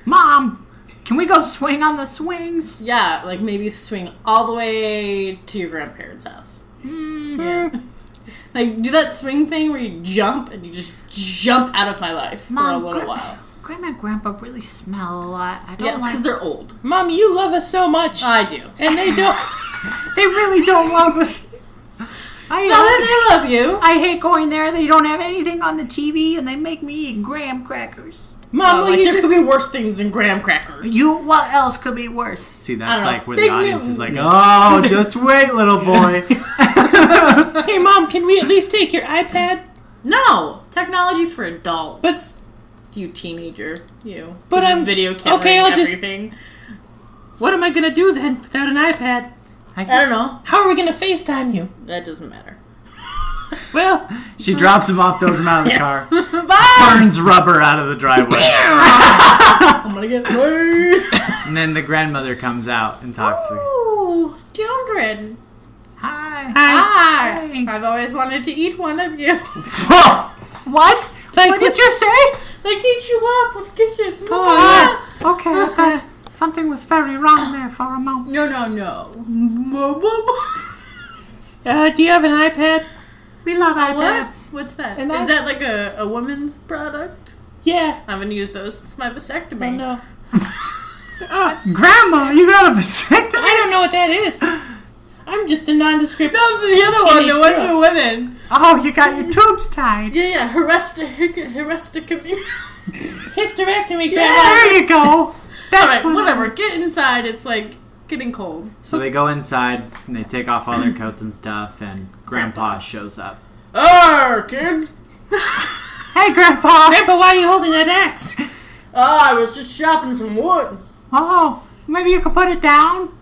[SPEAKER 5] Mom, can we go swing on the swings?
[SPEAKER 3] Yeah, like maybe swing all the way to your grandparents' house.
[SPEAKER 11] Mm-hmm.
[SPEAKER 3] Yeah. [laughs] Like do that swing thing where you jump and you just jump out of my life
[SPEAKER 5] Mom,
[SPEAKER 3] for a little
[SPEAKER 5] gra-
[SPEAKER 3] while.
[SPEAKER 11] oh
[SPEAKER 5] Grandma and Grandpa really smell a lot. I don't
[SPEAKER 3] Yes,
[SPEAKER 5] like.
[SPEAKER 3] because they're old.
[SPEAKER 11] Mom, you love us so much.
[SPEAKER 3] I do. No,
[SPEAKER 11] and they
[SPEAKER 3] [laughs]
[SPEAKER 11] don't.
[SPEAKER 5] They really don't love us. I
[SPEAKER 3] then they love you.
[SPEAKER 5] I hate going there. They don't have anything on the TV, and they make me eat graham crackers.
[SPEAKER 11] Mom,
[SPEAKER 3] Oh,
[SPEAKER 11] will
[SPEAKER 3] like
[SPEAKER 11] you
[SPEAKER 3] there
[SPEAKER 11] just
[SPEAKER 3] could be worse things than graham crackers.
[SPEAKER 5] You, what else could be worse?
[SPEAKER 10] See,
[SPEAKER 3] I
[SPEAKER 10] that's
[SPEAKER 3] don't know.
[SPEAKER 10] like where the
[SPEAKER 3] Uh, Big
[SPEAKER 10] audience
[SPEAKER 3] news.
[SPEAKER 10] is like, oh, just wait, little boy.
[SPEAKER 11] Hey, Mom, can we at least take your iPad?
[SPEAKER 3] No, technology's for adults.
[SPEAKER 11] But-
[SPEAKER 3] you teenager, you.
[SPEAKER 11] But
[SPEAKER 3] With
[SPEAKER 11] I'm-
[SPEAKER 3] video camera.
[SPEAKER 11] okay,
[SPEAKER 3] and
[SPEAKER 11] I'll just-
[SPEAKER 3] everything.
[SPEAKER 11] What am I going to do then without an iPad?
[SPEAKER 3] I don't know.
[SPEAKER 11] How are we going to FaceTime you?
[SPEAKER 3] That doesn't matter.
[SPEAKER 11] Well,
[SPEAKER 10] she drops him off, throws him out of the car,
[SPEAKER 3] Bye.
[SPEAKER 10] burns rubber out of the driveway,
[SPEAKER 3] I'm gonna get laid.
[SPEAKER 10] and then the grandmother comes out and talks to her.
[SPEAKER 3] Ooh, children.
[SPEAKER 5] Hi.
[SPEAKER 3] Hi.
[SPEAKER 5] Hi.
[SPEAKER 3] I've always wanted to eat one of you.
[SPEAKER 5] What?
[SPEAKER 11] like,
[SPEAKER 5] What did you say?
[SPEAKER 3] like eat you up with kisses.
[SPEAKER 5] Oh, yeah. Okay, I thought something was very wrong there for a moment.
[SPEAKER 3] No, no, no.
[SPEAKER 11] [laughs] uh, do you have an iPad?
[SPEAKER 5] We love
[SPEAKER 3] What?
[SPEAKER 5] iPads.
[SPEAKER 3] What's that? Is
[SPEAKER 11] And I-
[SPEAKER 3] that like a, a woman's product?
[SPEAKER 11] Yeah.
[SPEAKER 3] I haven't used those since my vasectomy.
[SPEAKER 11] No.
[SPEAKER 5] Grandma, you got a vasectomy?
[SPEAKER 11] I don't know what that is. I'm just a nondescript.
[SPEAKER 3] No, the other one, the
[SPEAKER 11] teenage
[SPEAKER 3] one
[SPEAKER 11] girl.
[SPEAKER 3] for women.
[SPEAKER 5] Oh, you got your tubes tied.
[SPEAKER 3] Yeah, yeah, hysterectomy.
[SPEAKER 11] Hysterectomy,
[SPEAKER 3] [laughs] Yeah,
[SPEAKER 11] grandma.
[SPEAKER 5] you go.
[SPEAKER 3] All right, whatever. Get inside. It's like getting cold.
[SPEAKER 10] So they go inside and they take off all their coats and stuff, and Grandpa shows up.
[SPEAKER 3] Arr, kids.
[SPEAKER 5] Hey, Grandpa.
[SPEAKER 11] Grandpa, why are you holding that axe?
[SPEAKER 3] Oh, I was just chopping some wood.
[SPEAKER 5] Oh, maybe you could put it down.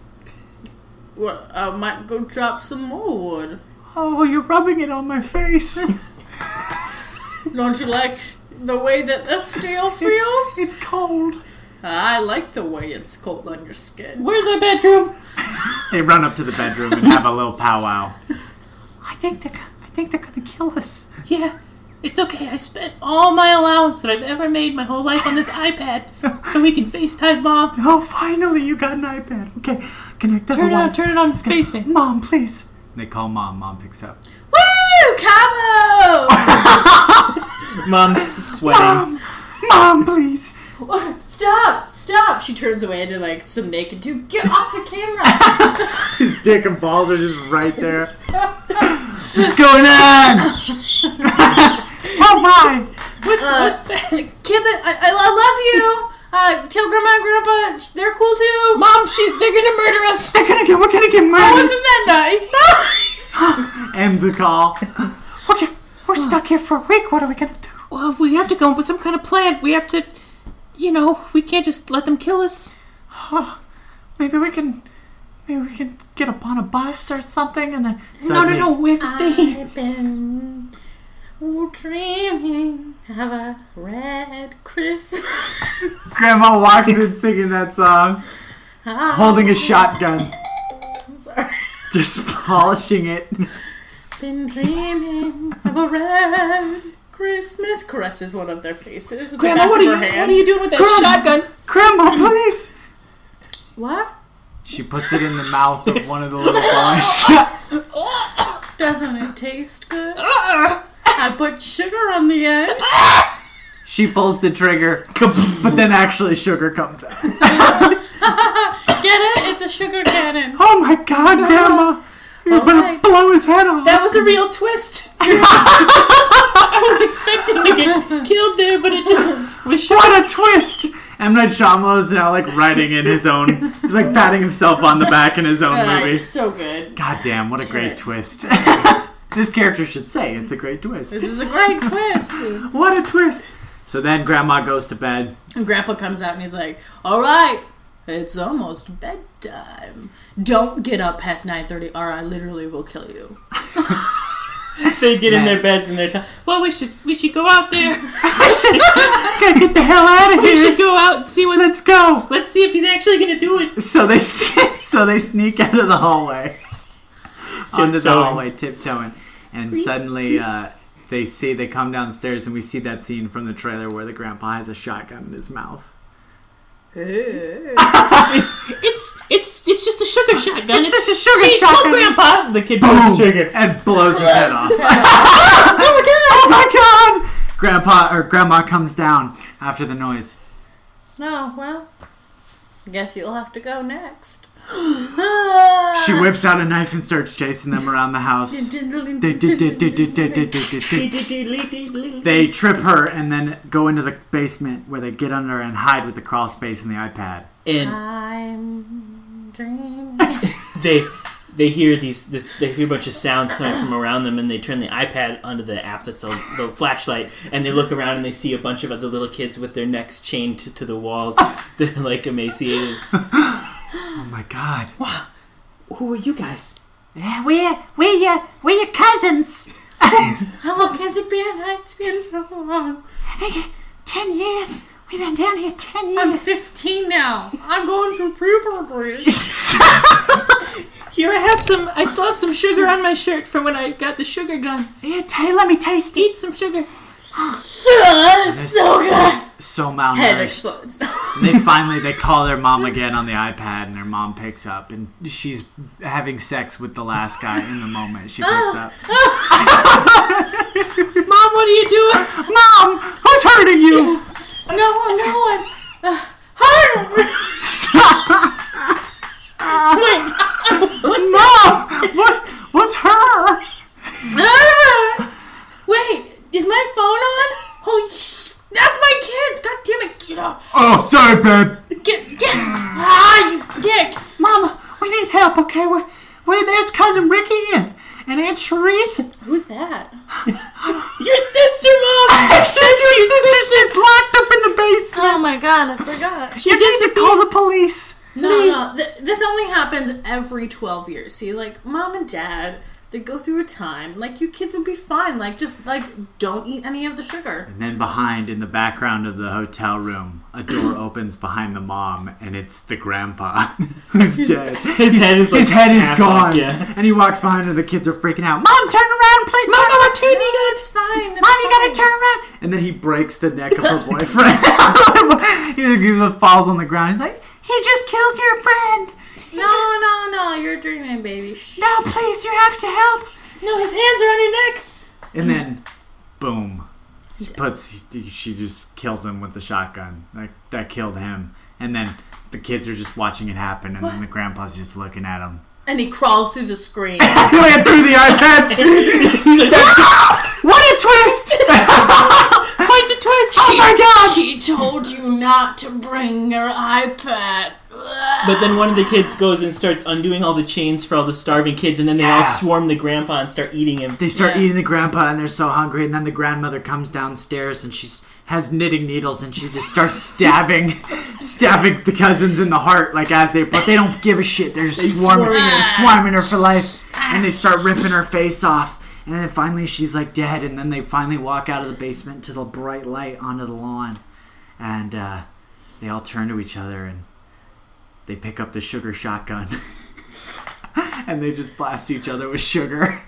[SPEAKER 3] Well, I might go chop some more wood.
[SPEAKER 5] Oh, you're rubbing it on my face.
[SPEAKER 3] Don't you like the way that this steel feels?
[SPEAKER 5] It's cold.
[SPEAKER 3] I like the way it's cold on your skin.
[SPEAKER 11] Where's our bedroom?
[SPEAKER 10] They run up to the bedroom and have a little powwow.
[SPEAKER 5] I think they're. I think they're gonna kill us.
[SPEAKER 11] Yeah, it's okay. I spent all my allowance that I've ever made my whole life on this iPad so we can FaceTime mom.
[SPEAKER 5] [laughs] Oh, finally, you got an iPad. Okay, connect
[SPEAKER 11] Turn it
[SPEAKER 5] everyone.
[SPEAKER 11] on, turn it on, it's basement.
[SPEAKER 5] Mom, please. They call mom. Mom picks up.
[SPEAKER 3] Woo, Cabo!
[SPEAKER 4] Mom's sweating.
[SPEAKER 5] Mom, please.
[SPEAKER 3] stop, stop! She turns away into like some naked dude. Get off the [laughs] camera!
[SPEAKER 10] His dick and balls are just right there.
[SPEAKER 5] [laughs] What's going on? [laughs] oh my!
[SPEAKER 3] Uh, kids, I, I, I love you. Uh, tell Grandma and Grandpa sh- they're cool too. Mom, she's they're gonna murder us.
[SPEAKER 5] They're gonna get. We're gonna get murdered.
[SPEAKER 3] Wasn't that [laughs] nice?
[SPEAKER 5] End the call. [laughs] Okay, we're stuck here for a week. What are we gonna do?
[SPEAKER 11] Well, we have to come up with some kind of plan. We have to, you know, we can't just let them kill us.
[SPEAKER 5] Oh, maybe we can. Maybe we can get up on a bus or something, and then.
[SPEAKER 11] no, no, no, we have to stay here.
[SPEAKER 3] been dreaming of a red Christmas.
[SPEAKER 10] Grandma walks in singing that song,
[SPEAKER 11] Ah.
[SPEAKER 10] holding a shotgun, [laughs]
[SPEAKER 3] I'm sorry.
[SPEAKER 10] just polishing it.
[SPEAKER 3] Been dreaming of a red Christmas. Caresses one of their faces with
[SPEAKER 11] Grandma,
[SPEAKER 3] the back
[SPEAKER 11] what are
[SPEAKER 3] of
[SPEAKER 11] you?
[SPEAKER 3] her hand.
[SPEAKER 11] What are you doing with that shotgun? Mm-hmm.
[SPEAKER 5] Grandma, please.
[SPEAKER 3] What?
[SPEAKER 10] She puts it in the mouth of one of the little boys.
[SPEAKER 3] Doesn't it taste good? I put sugar on the end.
[SPEAKER 10] [laughs] she pulls the trigger, [laughs] but then actually sugar comes out.
[SPEAKER 3] Get it? It's a sugar cannon.
[SPEAKER 5] Oh my God, Grandma! You're gonna
[SPEAKER 3] Okay.
[SPEAKER 5] blow his head off.
[SPEAKER 11] Oh That was a real
[SPEAKER 3] [laughs]
[SPEAKER 11] twist. [laughs] I was expecting to get killed there, but it just was shot.
[SPEAKER 10] What a twist! M. Night Shyamalan is now like writing in his own. He's like patting himself on the back in his
[SPEAKER 11] [laughs]
[SPEAKER 10] own
[SPEAKER 3] Ah,
[SPEAKER 10] movie.
[SPEAKER 3] so good.
[SPEAKER 10] God damn, what a great twist. [laughs] this character should say it's a great twist.
[SPEAKER 3] This is a great twist.
[SPEAKER 10] What a twist! So then Grandma goes
[SPEAKER 11] [laughs]
[SPEAKER 10] to bed. [laughs]
[SPEAKER 3] And Grandpa comes out and he's like, "All right, it's almost bedtime. Don't get up past 9:30, or I literally will kill you."
[SPEAKER 4] They get in their beds and they're. T-
[SPEAKER 11] Well, we should we should go out there.
[SPEAKER 5] Gotta get the hell out of
[SPEAKER 11] We should
[SPEAKER 5] here.
[SPEAKER 11] go out and see what.
[SPEAKER 10] Let's go.
[SPEAKER 11] Let's see if he's actually gonna do it.
[SPEAKER 10] So they [laughs] so they sneak out of the hallway, onto the
[SPEAKER 4] Tiptoeing.
[SPEAKER 10] hallway, tiptoeing, and suddenly uh, they see they come downstairs and we see that scene from the trailer where the grandpa has a shotgun in his mouth.
[SPEAKER 11] It's it's it's just a sugar shotgun. It's,
[SPEAKER 5] just a sugar
[SPEAKER 11] see,
[SPEAKER 5] shotgun.
[SPEAKER 11] Look, Grandpa.
[SPEAKER 4] the kid pulls the trigger.
[SPEAKER 10] and blows his head off.
[SPEAKER 5] Oh my God!
[SPEAKER 10] Grandpa or grandma comes down after the noise.
[SPEAKER 3] [laughs] No, well, guess you'll have to go next. [gasps]
[SPEAKER 10] She
[SPEAKER 3] Uh,
[SPEAKER 10] whips out a knife and starts chasing them around the house. [laughs] They trip her and then go into the basement where they get under and hide with the crawl space and the iPad.
[SPEAKER 3] [laughs]
[SPEAKER 4] And
[SPEAKER 3] I'm
[SPEAKER 10] [laughs]
[SPEAKER 3] dreaming.
[SPEAKER 4] they they hear these this they hear a bunch of sounds coming from around them and they turn the iPad onto the app that's a the flashlight and they look around and they see a bunch of other little kids with their necks chained to, to the walls. [laughs] They're like emaciated.
[SPEAKER 10] Oh my god.
[SPEAKER 4] Who are you guys?
[SPEAKER 5] Yeah, we're we're your we're your cousins.
[SPEAKER 3] How long has it been? It's been so long.
[SPEAKER 5] Ten years. We've been down here ten years.
[SPEAKER 3] I'm 15 now. I'm going through puberty.
[SPEAKER 11] Here I have some. I still have some sugar on my shirt from when I got the sugar gun.
[SPEAKER 5] Here, ta- let me taste it.
[SPEAKER 11] Eat some sugar.
[SPEAKER 3] so good.
[SPEAKER 10] So
[SPEAKER 3] Head [laughs]
[SPEAKER 10] malnourished.
[SPEAKER 3] explodes.
[SPEAKER 10] They finally they call their mom again on the iPad and their mom picks up and she's having sex with the last guy in the moment she picks up.
[SPEAKER 11] Ah. [laughs] Mom, what are you doing?
[SPEAKER 10] Mom, who's hurting you?
[SPEAKER 3] [laughs] no, no one. Uh, harder.
[SPEAKER 10] so
[SPEAKER 11] no.
[SPEAKER 10] Oh, sorry, babe.
[SPEAKER 11] Get, get, ah, you dick.
[SPEAKER 5] Mama, we need help, okay? We're, we there's cousin Ricky and, and
[SPEAKER 11] [laughs]
[SPEAKER 5] Aunt Charisse.
[SPEAKER 3] Who's that?
[SPEAKER 11] Your sister, mom.
[SPEAKER 5] She's your sister. She's locked up in the basement.
[SPEAKER 3] Oh my god, I forgot.
[SPEAKER 5] You need to call the police.
[SPEAKER 3] No,
[SPEAKER 5] Please.
[SPEAKER 3] no, th- this only happens every 12 years. See, like, mom and dad, they go through a time. Like, you kids would be fine. Like, just, like, don't eat any of the sugar.
[SPEAKER 10] And then behind, in the background of the hotel room,
[SPEAKER 5] [clears throat]
[SPEAKER 10] a door opens behind the mom, and it's
[SPEAKER 5] [laughs]
[SPEAKER 10] the grandpa who's dead.
[SPEAKER 4] His head is like
[SPEAKER 10] His head is
[SPEAKER 4] half
[SPEAKER 10] gone,
[SPEAKER 4] off, yeah.
[SPEAKER 10] and he walks behind, and the kids are freaking out. Mom,
[SPEAKER 5] Mom, turn around, please. Mom,
[SPEAKER 3] No, it's fine.
[SPEAKER 5] Mom, you gotta turn around.
[SPEAKER 10] and then he breaks the neck of her
[SPEAKER 5] [laughs]
[SPEAKER 10] boyfriend. [laughs] he he falls on the ground. He's like,
[SPEAKER 5] He just killed your friend.
[SPEAKER 3] No, no, no, you're dreaming, baby. Shh.
[SPEAKER 5] No, please, you have to help.
[SPEAKER 11] No, his hands are on your neck.
[SPEAKER 10] and then, boom, she puts. he- She just kills him with the shotgun. Like that killed him. And then the kids are just watching it happen, and then the grandpa's just looking at him.
[SPEAKER 3] And he crawls through
[SPEAKER 5] [laughs]
[SPEAKER 3] the screen.
[SPEAKER 5] Oh
[SPEAKER 10] He went through the iPad [laughs] screen. "Ah!
[SPEAKER 5] What a
[SPEAKER 10] [laughs]
[SPEAKER 5] twist!
[SPEAKER 10] Oh
[SPEAKER 11] Quite the twist.
[SPEAKER 3] oh my god! She told you not to bring your iPad.
[SPEAKER 4] But then one of the kids goes and starts undoing all the chains for all the starving kids, and then they
[SPEAKER 10] Yeah.
[SPEAKER 4] all swarm the grandpa and start eating him.
[SPEAKER 10] They start
[SPEAKER 3] Yeah.
[SPEAKER 10] eating the grandpa, and they're so hungry. And then the grandmother comes downstairs, and she's has knitting needles, and she just starts stabbing, stabbing the cousins in the heart, like as they. But they don't give a shit. They're just swarming,
[SPEAKER 4] swarm
[SPEAKER 10] her, swarming her for life, and they start ripping her face off. And then finally, she's like dead. And then they finally walk out of the basement to the bright light onto the lawn, and uh, they all turn to each other and they pick up the sugar shotgun. [laughs] And they just blast each other with sugar. [laughs]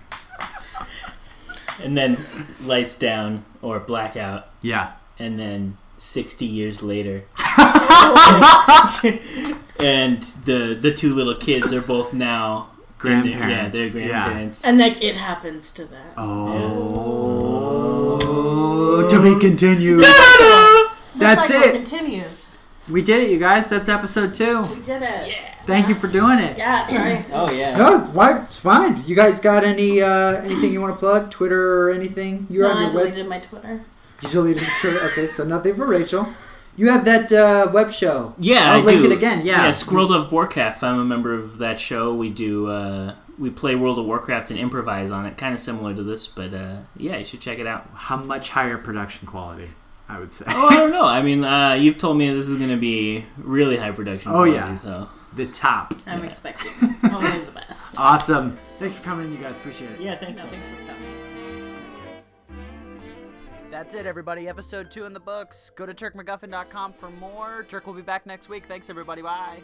[SPEAKER 4] And then lights down or blackout,
[SPEAKER 10] Yeah.
[SPEAKER 4] and then 60
[SPEAKER 5] [laughs]
[SPEAKER 4] years later. and the the two little kids are both now in their-
[SPEAKER 10] Grandparents,
[SPEAKER 4] yeah, they're
[SPEAKER 10] yeah.
[SPEAKER 4] grandparents.
[SPEAKER 3] And, like, it happens to them.
[SPEAKER 10] Oh, to be continued. That's
[SPEAKER 3] cycle
[SPEAKER 10] it.
[SPEAKER 3] continues.
[SPEAKER 10] We did it, you guys. That's episode two.
[SPEAKER 3] We did it. Yeah,
[SPEAKER 10] Thank you for doing it.
[SPEAKER 3] sorry.
[SPEAKER 4] Oh, yeah.
[SPEAKER 5] No, why? It's fine. You guys got any uh, anything you want to plug? Twitter or anything? You're
[SPEAKER 3] no,
[SPEAKER 5] on
[SPEAKER 3] I
[SPEAKER 5] your web.
[SPEAKER 3] deleted my Twitter.
[SPEAKER 5] You deleted the Twitter. Okay, so nothing for Rachel. You have that uh, web show.
[SPEAKER 4] Yeah,
[SPEAKER 5] I'll
[SPEAKER 4] I
[SPEAKER 5] link
[SPEAKER 4] do.
[SPEAKER 5] it again. Yeah.
[SPEAKER 4] yeah. Squirrel of Warcraft. I'm a member of that show. We do uh, we play World of Warcraft and improvise on it, kind of similar to this, but uh, yeah, you should check it out.
[SPEAKER 10] How much higher production quality, I would say. [laughs]
[SPEAKER 4] Oh, I don't know. I mean, uh, you've told me this is going to be really high production.
[SPEAKER 10] Oh,
[SPEAKER 4] quality,
[SPEAKER 10] yeah.
[SPEAKER 4] So
[SPEAKER 10] The top.
[SPEAKER 3] I'm expecting only the best.
[SPEAKER 10] [laughs] Awesome. Thanks for coming in, you guys. Appreciate it.
[SPEAKER 4] yeah, thanks.
[SPEAKER 3] No, thanks for coming.
[SPEAKER 2] That's it, everybody. Episode two in the books. Go to TurkMcGuffin.com for more. Turk will be back next week. Thanks, everybody. Bye.